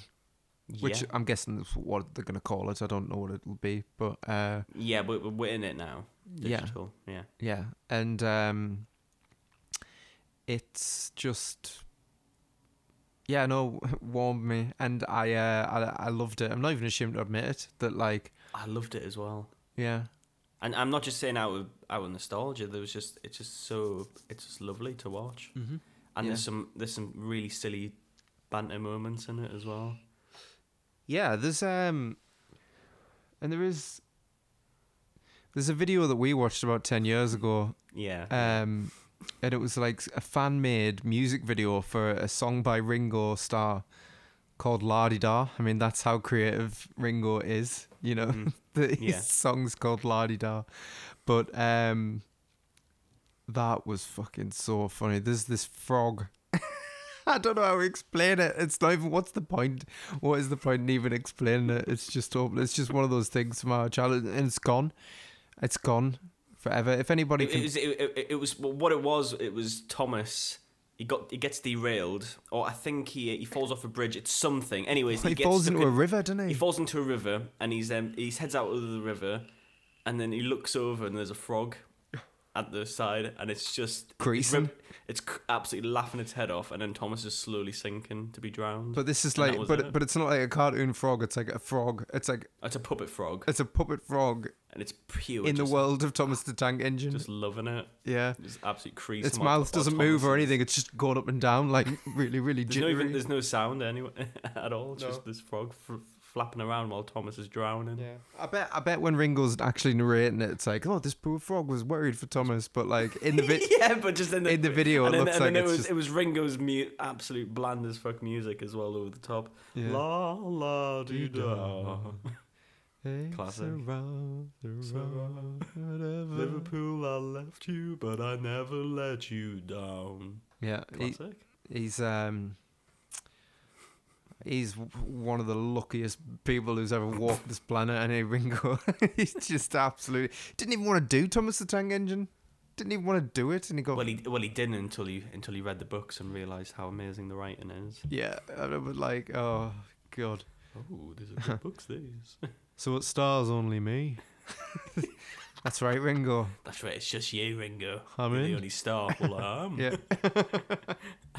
[SPEAKER 2] which
[SPEAKER 1] yeah,
[SPEAKER 2] I'm guessing is what they're gonna call it. I don't know what it'll be, but uh,
[SPEAKER 1] yeah, we're, we're in it now.
[SPEAKER 2] yeah.
[SPEAKER 1] Digital. Yeah. yeah.
[SPEAKER 2] Yeah, and um, it's just yeah, no, warmed me, and I, uh, I I loved it. I'm not even ashamed to admit it that like
[SPEAKER 1] I loved it as well.
[SPEAKER 2] yeah,
[SPEAKER 1] And I'm not just saying out of out of nostalgia. There was just it's just so it's just lovely to watch.
[SPEAKER 2] mm-hmm.
[SPEAKER 1] And
[SPEAKER 2] Yeah.
[SPEAKER 1] there's some there's some really silly banter moments in it as well.
[SPEAKER 2] yeah. There's um, and there is there's a video that we watched about ten years ago
[SPEAKER 1] Yeah.
[SPEAKER 2] um, and it was like a fan made music video for a song by Ringo Starr called La Di Da. I mean, that's how creative Ringo is, you know.
[SPEAKER 1] Mm.
[SPEAKER 2] the, his
[SPEAKER 1] Yeah.
[SPEAKER 2] song's called La Di Da, but um, that was fucking so funny. There's this frog. I don't know how to explain it. It's not even. What's the point? What is the point in even explaining it? It's just. awful. It's just one of those things from our childhood, and it's gone. It's gone forever. If anybody
[SPEAKER 1] it,
[SPEAKER 2] can
[SPEAKER 1] it was, it, it, it was well, what it was. It was Thomas. He got he gets derailed, or I think he he falls off a bridge. It's something. Anyways,
[SPEAKER 2] Well,
[SPEAKER 1] he,
[SPEAKER 2] he,
[SPEAKER 1] gets
[SPEAKER 2] falls
[SPEAKER 1] stuck
[SPEAKER 2] into
[SPEAKER 1] in-
[SPEAKER 2] a river, doesn't
[SPEAKER 1] He
[SPEAKER 2] he?
[SPEAKER 1] falls into a river and he's um he heads out of the river, and then he looks over and there's a frog at the side, and it's just it's,
[SPEAKER 2] Creasing.
[SPEAKER 1] rip- it's c- absolutely laughing its head off, and then Thomas is slowly sinking to be drowned.
[SPEAKER 2] But this is
[SPEAKER 1] And that
[SPEAKER 2] like,
[SPEAKER 1] was
[SPEAKER 2] but
[SPEAKER 1] it.
[SPEAKER 2] but it's not like a cartoon frog. It's like a frog. It's like
[SPEAKER 1] it's a puppet frog,
[SPEAKER 2] it's a puppet frog
[SPEAKER 1] and it's pure
[SPEAKER 2] in the
[SPEAKER 1] just-
[SPEAKER 2] world of Thomas the Tank Engine.
[SPEAKER 1] Just loving it.
[SPEAKER 2] yeah,
[SPEAKER 1] Just absolute creasing.
[SPEAKER 2] its
[SPEAKER 1] while-
[SPEAKER 2] mouth
[SPEAKER 1] while
[SPEAKER 2] doesn't move or
[SPEAKER 1] Thomas is-
[SPEAKER 2] anything. It's just going up and down like really, really
[SPEAKER 1] There's no,
[SPEAKER 2] jittery.
[SPEAKER 1] even, there's no sound anyway at all. It's just this frog fr- flapping around while Thomas is drowning.
[SPEAKER 2] Yeah. I bet I bet when Ringo's actually narrating it, it's like, oh, this poor frog was worried for Thomas, but like in the vi-
[SPEAKER 1] yeah, but just in the,
[SPEAKER 2] In the video,
[SPEAKER 1] and
[SPEAKER 2] it
[SPEAKER 1] then-
[SPEAKER 2] looks
[SPEAKER 1] and then
[SPEAKER 2] like
[SPEAKER 1] it
[SPEAKER 2] it's
[SPEAKER 1] was
[SPEAKER 2] just-
[SPEAKER 1] it was Ringo's mu- absolute bland as fuck music as well over the top.
[SPEAKER 2] Yeah.
[SPEAKER 1] La la dee da.
[SPEAKER 2] It's
[SPEAKER 1] Classic.
[SPEAKER 2] around the road, whatever.
[SPEAKER 1] Liverpool, I left you, but I never let you down.
[SPEAKER 2] Yeah, he-
[SPEAKER 1] Classic.
[SPEAKER 2] he's um, he's w- one of the luckiest people who's ever walked this planet. And hey, Ringo, he's just absolutely didn't even want to do Thomas the Tank Engine. Didn't even want to do it, and he got
[SPEAKER 1] Well, he well he didn't until he until he read the books and realised how amazing the writing is.
[SPEAKER 2] yeah. And I was like, oh god.
[SPEAKER 1] Oh, these are good books. These.
[SPEAKER 2] So it stars only me. That's right, Ringo.
[SPEAKER 1] That's right. It's just you, Ringo.
[SPEAKER 2] I'm
[SPEAKER 1] You're
[SPEAKER 2] in.
[SPEAKER 1] the only star. Well, I am.
[SPEAKER 2] Yeah,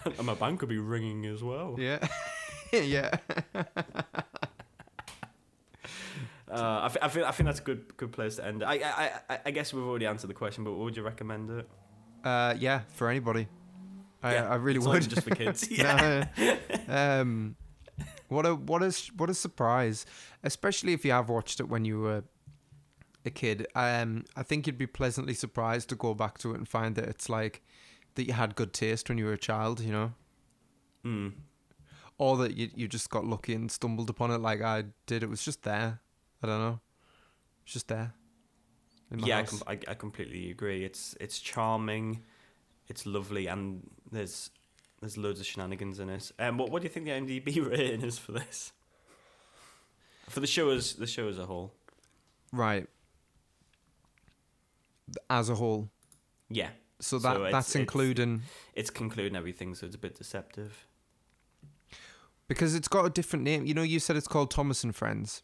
[SPEAKER 1] and my bank will be ringing as well.
[SPEAKER 2] yeah, yeah.
[SPEAKER 1] Uh, I, th- I, feel, I think that's a good good place to end. it. I, I I I guess we've already answered the question, but would you recommend it?
[SPEAKER 2] Uh, yeah, for anybody. I,
[SPEAKER 1] Yeah,
[SPEAKER 2] I really
[SPEAKER 1] it's not
[SPEAKER 2] would.
[SPEAKER 1] even just for kids. yeah.
[SPEAKER 2] No, um, what a what a sh- what a surprise, especially if you have watched it when you were a kid. Um, I think you'd be pleasantly surprised to go back to it and find that it's like that you had good taste when you were a child, you know,
[SPEAKER 1] Mm.
[SPEAKER 2] or that you you just got lucky and stumbled upon it like I did. It was just there. I don't know. It's just there. in my
[SPEAKER 1] Yeah, I,
[SPEAKER 2] house.
[SPEAKER 1] com- I, I completely agree. It's it's charming, it's lovely, and there's there's loads of shenanigans in it. Um, what what do you think the IMDb rating is for this? For the show as the show as a whole.
[SPEAKER 2] right. As a whole,
[SPEAKER 1] Yeah, So
[SPEAKER 2] so that
[SPEAKER 1] it's-
[SPEAKER 2] that's
[SPEAKER 1] it's-
[SPEAKER 2] including.
[SPEAKER 1] it's concluding everything, so it's a bit deceptive.
[SPEAKER 2] Because it's got a different name. You know, you said it's called Thomas and Friends.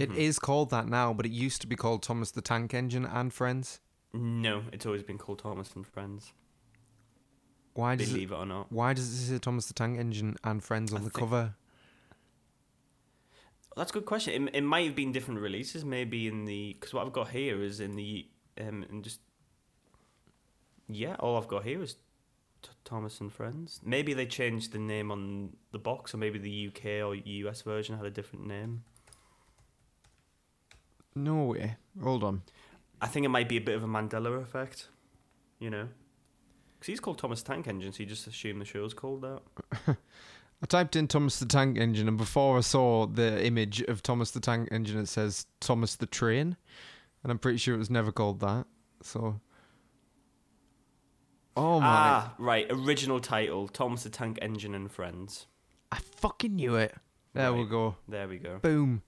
[SPEAKER 2] It
[SPEAKER 1] Mhm.
[SPEAKER 2] is called that now, but it used to be called Thomas the Tank Engine and Friends.
[SPEAKER 1] No, it's always been called Thomas and Friends.
[SPEAKER 2] Why does it,
[SPEAKER 1] Believe it or not.
[SPEAKER 2] Why does it say Thomas the Tank Engine and Friends on
[SPEAKER 1] I
[SPEAKER 2] the
[SPEAKER 1] think-
[SPEAKER 2] cover?
[SPEAKER 1] That's a good question. It, it might have been different releases, maybe in the because what I've got here is in the um and just yeah, all I've got here is T- Thomas and Friends. Maybe they changed the name on the box, or maybe the UK or US version had a different name.
[SPEAKER 2] No way. Hold on.
[SPEAKER 1] I think it might be a bit of a Mandela effect, you know, because he's called Thomas Tank Engine, so you just assume the show's called that.
[SPEAKER 2] I typed in Thomas the Tank Engine, and before I saw the image of Thomas the Tank Engine, it says Thomas the Train, and I'm pretty sure it was never called that. So. Oh my!
[SPEAKER 1] ah, right, original title: Thomas the Tank Engine and Friends.
[SPEAKER 2] I fucking knew it. There we
[SPEAKER 1] Right.
[SPEAKER 2] go.
[SPEAKER 1] There we go.
[SPEAKER 2] Boom,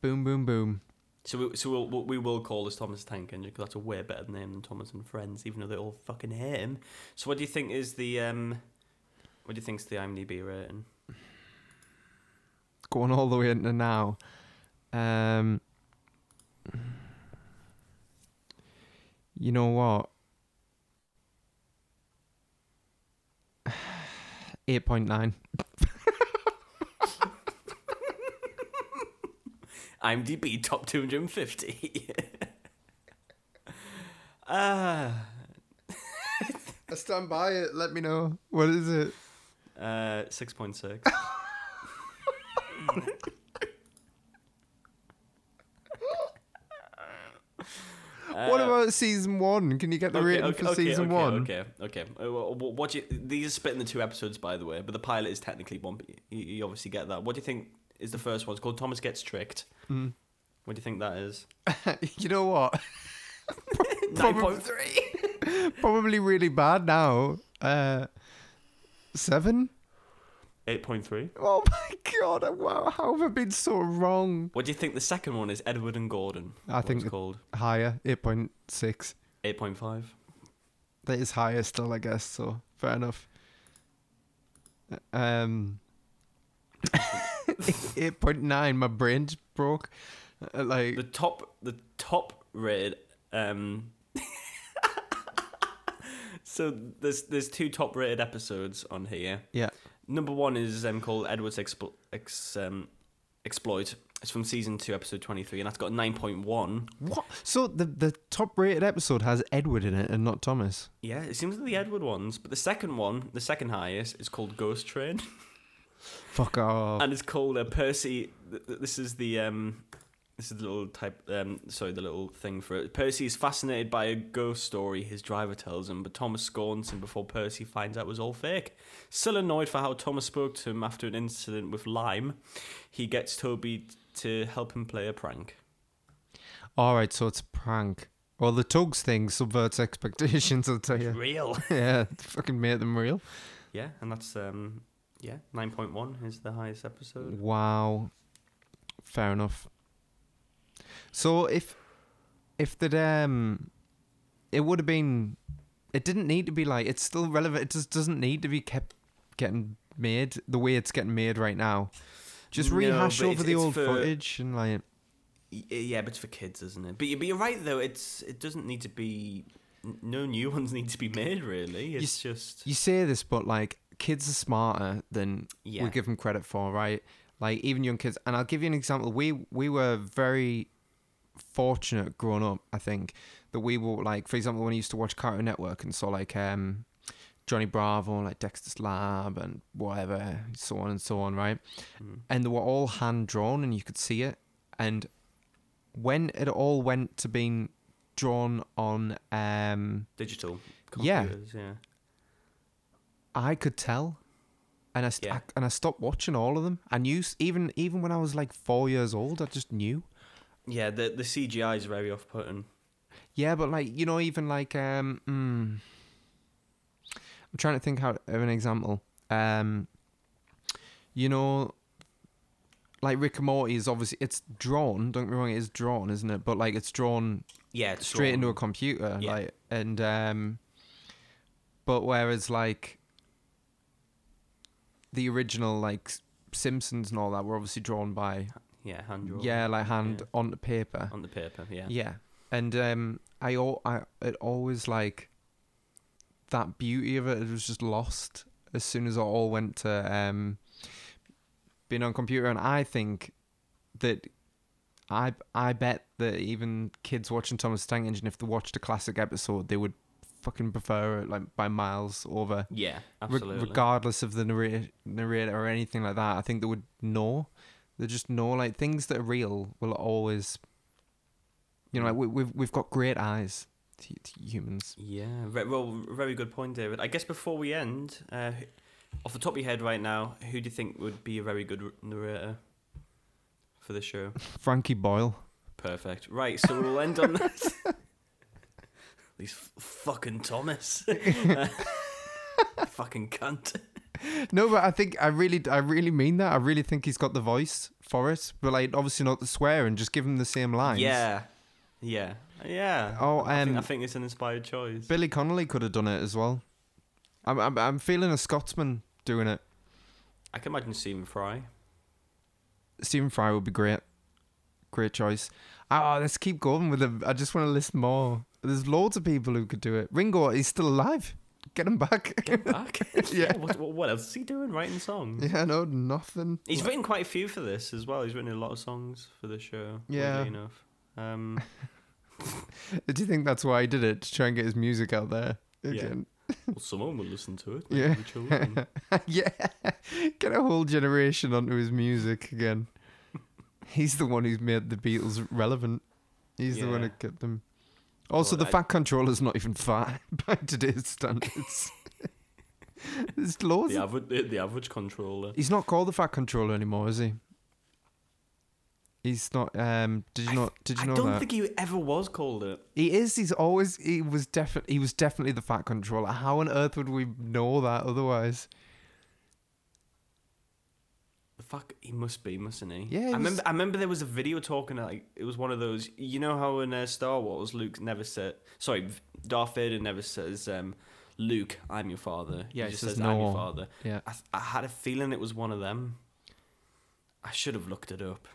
[SPEAKER 2] boom, boom, boom.
[SPEAKER 1] So, we, so we'll, we will call this Thomas the Tank Engine because that's a way better name than Thomas and Friends, even though they all fucking hate him. So, what do you think is the um, what do you think's the IMDb rating?
[SPEAKER 2] going all the way into now. Um, you know what? Eight point nine.
[SPEAKER 1] IMDb top two hundred and fifty. uh,
[SPEAKER 2] I stand by it. Let me know what is it.
[SPEAKER 1] uh, six point six. Uh,
[SPEAKER 2] what about season one? Can you get the rating for season
[SPEAKER 1] okay,
[SPEAKER 2] one?
[SPEAKER 1] Okay, okay. Uh, wha- wha- What do you, these are split into two episodes, by the way, but the pilot is technically one. But you, you obviously get that. What do you think is the first one? It's called Thomas Gets Tricked.
[SPEAKER 2] Mm.
[SPEAKER 1] What do you think that is?
[SPEAKER 2] you know what?
[SPEAKER 1] Nine point three.
[SPEAKER 2] Probably really bad now. Uh, seven.
[SPEAKER 1] Eight point three.
[SPEAKER 2] Oh my god! Wow, how have I been so wrong?
[SPEAKER 1] What do you think the second one is? Edward and Gordon.
[SPEAKER 2] I
[SPEAKER 1] what
[SPEAKER 2] think
[SPEAKER 1] it's
[SPEAKER 2] the-
[SPEAKER 1] called
[SPEAKER 2] Higher, eight point six.
[SPEAKER 1] eight point five.
[SPEAKER 2] that is higher still, I guess. So fair enough. Um, eight point nine. My brain just broke. Uh, like
[SPEAKER 1] The top, the top rated. Um, so there's there's two top rated episodes on here.
[SPEAKER 2] yeah,
[SPEAKER 1] Number one is um, called Edward's Explo- Ex- um, Exploit. It's from season two, episode twenty-three, and that's got nine point one.
[SPEAKER 2] what? So the the top rated episode has Edward in it and not Thomas.
[SPEAKER 1] Yeah, it seems like the Edward ones, but the second one, the second highest, is called Ghost Train.
[SPEAKER 2] Fuck off.
[SPEAKER 1] and it's called a Percy. th- th- This is the um, this is the little type. Um, sorry, the little thing for it. Percy is fascinated by a ghost story his driver tells him, but Thomas scorns him before Percy finds out it was all fake. Still annoyed for how Thomas spoke to him after an incident with Lime, he gets Toby t- to help him play a prank.
[SPEAKER 2] All right, so it's a prank. Well, the Tugs thing subverts expectations, I'll tell you.
[SPEAKER 1] Real.
[SPEAKER 2] Yeah, fucking made them real.
[SPEAKER 1] Yeah, and that's um, yeah, nine point one is the highest episode.
[SPEAKER 2] Wow. Fair enough. So if if that um it would have been it didn't need to be like it's still relevant it just doesn't need to be kept getting made the way it's getting made right now. Just
[SPEAKER 1] No,
[SPEAKER 2] rehash
[SPEAKER 1] but
[SPEAKER 2] over
[SPEAKER 1] it's-
[SPEAKER 2] the
[SPEAKER 1] it's
[SPEAKER 2] old
[SPEAKER 1] for-
[SPEAKER 2] footage and like
[SPEAKER 1] Y- Yeah, but it's for kids, isn't it? But, you- but you're right though. It's it doesn't need to be. n- No new ones need to be made, really. It's just
[SPEAKER 2] You say this, but like kids are smarter than
[SPEAKER 1] Yeah.
[SPEAKER 2] we give them credit for, right? Like even young kids. And I'll give you an example. We we were very fortunate growing up. I think that we were like, for example, when I used to watch Cartoon Network and saw like um, Johnny Bravo, like Dexter's Lab, and whatever, so on and so on, right? And they were all hand drawn, and you could see it. And when it all went to being drawn on um,
[SPEAKER 1] digital.
[SPEAKER 2] Yeah.
[SPEAKER 1] Computers, yeah.
[SPEAKER 2] I could tell, and I, st-
[SPEAKER 1] Yeah.
[SPEAKER 2] I and I stopped watching all of them. I knew s- even even when I was like four years old, I just knew.
[SPEAKER 1] Yeah, the the CGI is very off putting.
[SPEAKER 2] Yeah, but like you know, even like um, mm, I'm trying to think how of an example. Um, you know, like Rick and Morty is obviously it's drawn. Don't get me wrong, it is drawn, isn't it? But like it's drawn
[SPEAKER 1] Yeah, it's
[SPEAKER 2] straight
[SPEAKER 1] drawn.
[SPEAKER 2] into a computer
[SPEAKER 1] Yeah.
[SPEAKER 2] like and um but whereas like the original like S- simpsons and all that were obviously drawn by
[SPEAKER 1] yeah hand drawn.
[SPEAKER 2] yeah like hand
[SPEAKER 1] Yeah.
[SPEAKER 2] on the paper
[SPEAKER 1] on the paper. Yeah.
[SPEAKER 2] yeah. and um i all i it always like that beauty of it, it was just lost as soon as it all went to um being on computer and i think that I I bet that even kids watching Thomas the Tank Engine, if they watched a classic episode, they would fucking prefer it like by miles over,
[SPEAKER 1] Yeah,
[SPEAKER 2] Re-
[SPEAKER 1] absolutely.
[SPEAKER 2] regardless of the narrator, narrator or anything like that. I think they would know. They just know like things that are real will always, you know, like we, we've we've got great eyes to, to humans.
[SPEAKER 1] yeah, ve- well, very good point, David. I guess before we end, uh, who- off the top of your head right now, who do you think would be a very good r- narrator for the show?
[SPEAKER 2] Frankie Boyle.
[SPEAKER 1] Perfect. Right, so we'll end on that. These f- fucking Thomas. fucking cunt.
[SPEAKER 2] No, but I think I really I really mean that. I really think he's got the voice for it, but like obviously not the swearing. Just give him the same lines.
[SPEAKER 1] Yeah. Yeah. Yeah.
[SPEAKER 2] Oh,
[SPEAKER 1] I, think, I
[SPEAKER 2] um,
[SPEAKER 1] think it's an inspired choice.
[SPEAKER 2] Billy Connolly could have done it as well. I'm, I'm, I'm feeling a Scotsman doing it.
[SPEAKER 1] I can imagine Stephen Fry.
[SPEAKER 2] Stephen Fry would be great. Great choice. Oh, let's keep going with them. I just want to list more. There's loads of people who could do it. Ringo is still alive. Get him back.
[SPEAKER 1] Get back.
[SPEAKER 2] Yeah.
[SPEAKER 1] What, what, what else is he doing? Writing songs.
[SPEAKER 2] yeah, no, nothing.
[SPEAKER 1] He's written quite a few for this as well. He's written a lot of songs for the show.
[SPEAKER 2] Yeah.
[SPEAKER 1] Weirdly enough. Um,
[SPEAKER 2] Do you think that's why he did it? To try and get his music out there again?
[SPEAKER 1] well, someone will listen to it.
[SPEAKER 2] Yeah.
[SPEAKER 1] Yeah. The children.
[SPEAKER 2] Yeah. Get a whole generation onto his music again. He's the one who's made the Beatles relevant. He's the one who
[SPEAKER 1] Yeah.
[SPEAKER 2] kept them. Also,
[SPEAKER 1] Well,
[SPEAKER 2] the
[SPEAKER 1] I-
[SPEAKER 2] fat controller's not even fat by today's standards. There's loads.
[SPEAKER 1] the,
[SPEAKER 2] of-
[SPEAKER 1] average, the, the average controller.
[SPEAKER 2] He's not called the fat controller anymore, is he? He's not. Um, did you not? Did you
[SPEAKER 1] I
[SPEAKER 2] know
[SPEAKER 1] don't
[SPEAKER 2] that?
[SPEAKER 1] think he ever was called it.
[SPEAKER 2] he is. He's always. He was definitely. He was definitely the fat controller. How on earth would we know that otherwise?
[SPEAKER 1] The fuck, he must be, mustn't he?
[SPEAKER 2] Yeah, he
[SPEAKER 1] I
[SPEAKER 2] was-
[SPEAKER 1] remember. I remember there was a video talking uh, like it was one of those. You know how in uh, Star Wars, Luke never said. Sorry, Darth Vader never says, um, "Luke, I'm your father."
[SPEAKER 2] Yeah,
[SPEAKER 1] he
[SPEAKER 2] he
[SPEAKER 1] just
[SPEAKER 2] says,
[SPEAKER 1] says, "I'm
[SPEAKER 2] "No."
[SPEAKER 1] your father."
[SPEAKER 2] Yeah.
[SPEAKER 1] I, th- I had a feeling it was one of them. I should have looked it up.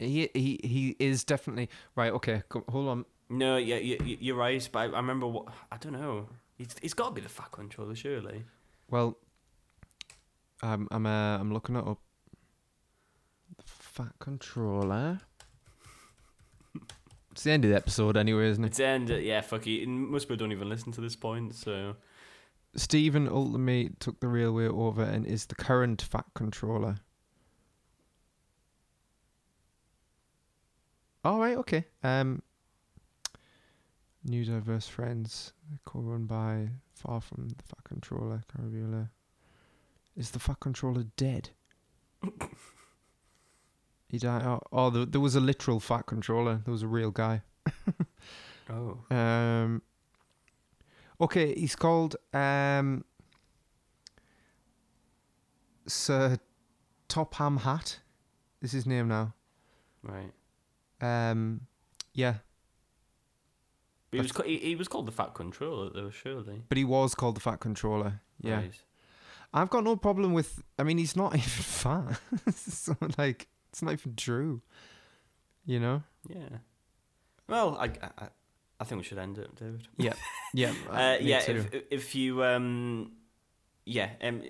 [SPEAKER 2] He he he is definitely right. Okay, go, hold on.
[SPEAKER 1] No, yeah, you, you- you're right. But I, I remember what I don't know. He's, he's got to be the fat controller, surely.
[SPEAKER 2] Well, I'm I'm uh, I'm looking it up. The fat controller. It's
[SPEAKER 1] uh,
[SPEAKER 2] the end of the episode, anyway, isn't it?
[SPEAKER 1] It's end. Yeah, fuck. He must be don't even listen to this point. So
[SPEAKER 2] Stephen ultimately took the railway over and is the current fat controller. All right, okay. Um, new diverse friends co-run by Far from the Fat Controller, Carabula. Is the Fat Controller dead? he died. Oh, oh there, there was a literal Fat Controller. There was a real guy.
[SPEAKER 1] Oh.
[SPEAKER 2] Um. Okay, he's called um. Sir Topham Hat is his name now.
[SPEAKER 1] Right.
[SPEAKER 2] Um, yeah,
[SPEAKER 1] But he was, ca- he, he was called the Fat Controller, though, surely.
[SPEAKER 2] but he was called the Fat Controller. Yeah,
[SPEAKER 1] Right.
[SPEAKER 2] I've got no problem with. I mean, he's not even fat. so like, it's not even true. You know.
[SPEAKER 1] Yeah. Well, I, I, I think we should end it, David.
[SPEAKER 2] Yeah. Yeah.
[SPEAKER 1] Uh,
[SPEAKER 2] me
[SPEAKER 1] yeah,
[SPEAKER 2] too.
[SPEAKER 1] if, if you, um, yeah, um,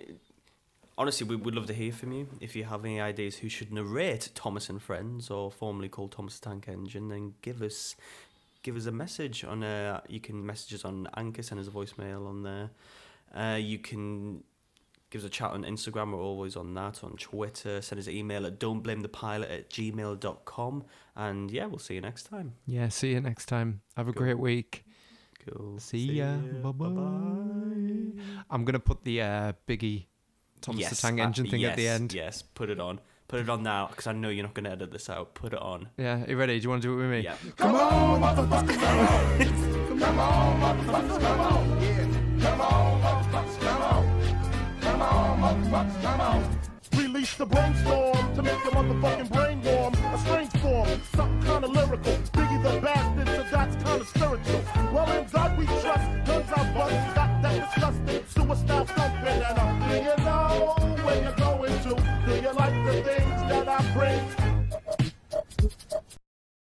[SPEAKER 1] honestly, we would love to hear from you. If you have any ideas who should narrate Thomas and Friends, or formerly called Thomas the Tank Engine, then give us give us a message on. Uh, you can message us on Anchor, send us a voicemail on there. Uh, you can give us a chat on Instagram. We're always on that. On Twitter, send us an email at don't blame the pilot at gmail.com. And yeah, we'll see you next time.
[SPEAKER 2] yeah. See you next time. Have a
[SPEAKER 1] Cool.
[SPEAKER 2] great week.
[SPEAKER 1] Cool.
[SPEAKER 2] See, ya. Bye bye. I'm gonna put the uh, Biggie Thomas
[SPEAKER 1] Yes,
[SPEAKER 2] the Tank
[SPEAKER 1] uh,
[SPEAKER 2] Engine thing at the
[SPEAKER 1] yes,
[SPEAKER 2] end.
[SPEAKER 1] Yes, put it on. Put it on now because I know you're not going to edit this out. Put it on.
[SPEAKER 2] Yeah. You ready? Do you want to do it with me?
[SPEAKER 1] Yeah.
[SPEAKER 4] Come on, motherfuckers, come on. Come on, motherfuckers, come on. Yeah. Come on, motherfuckers, come on. Come on, motherfuckers, come on. Release the brainstorm to make the motherfucking brain.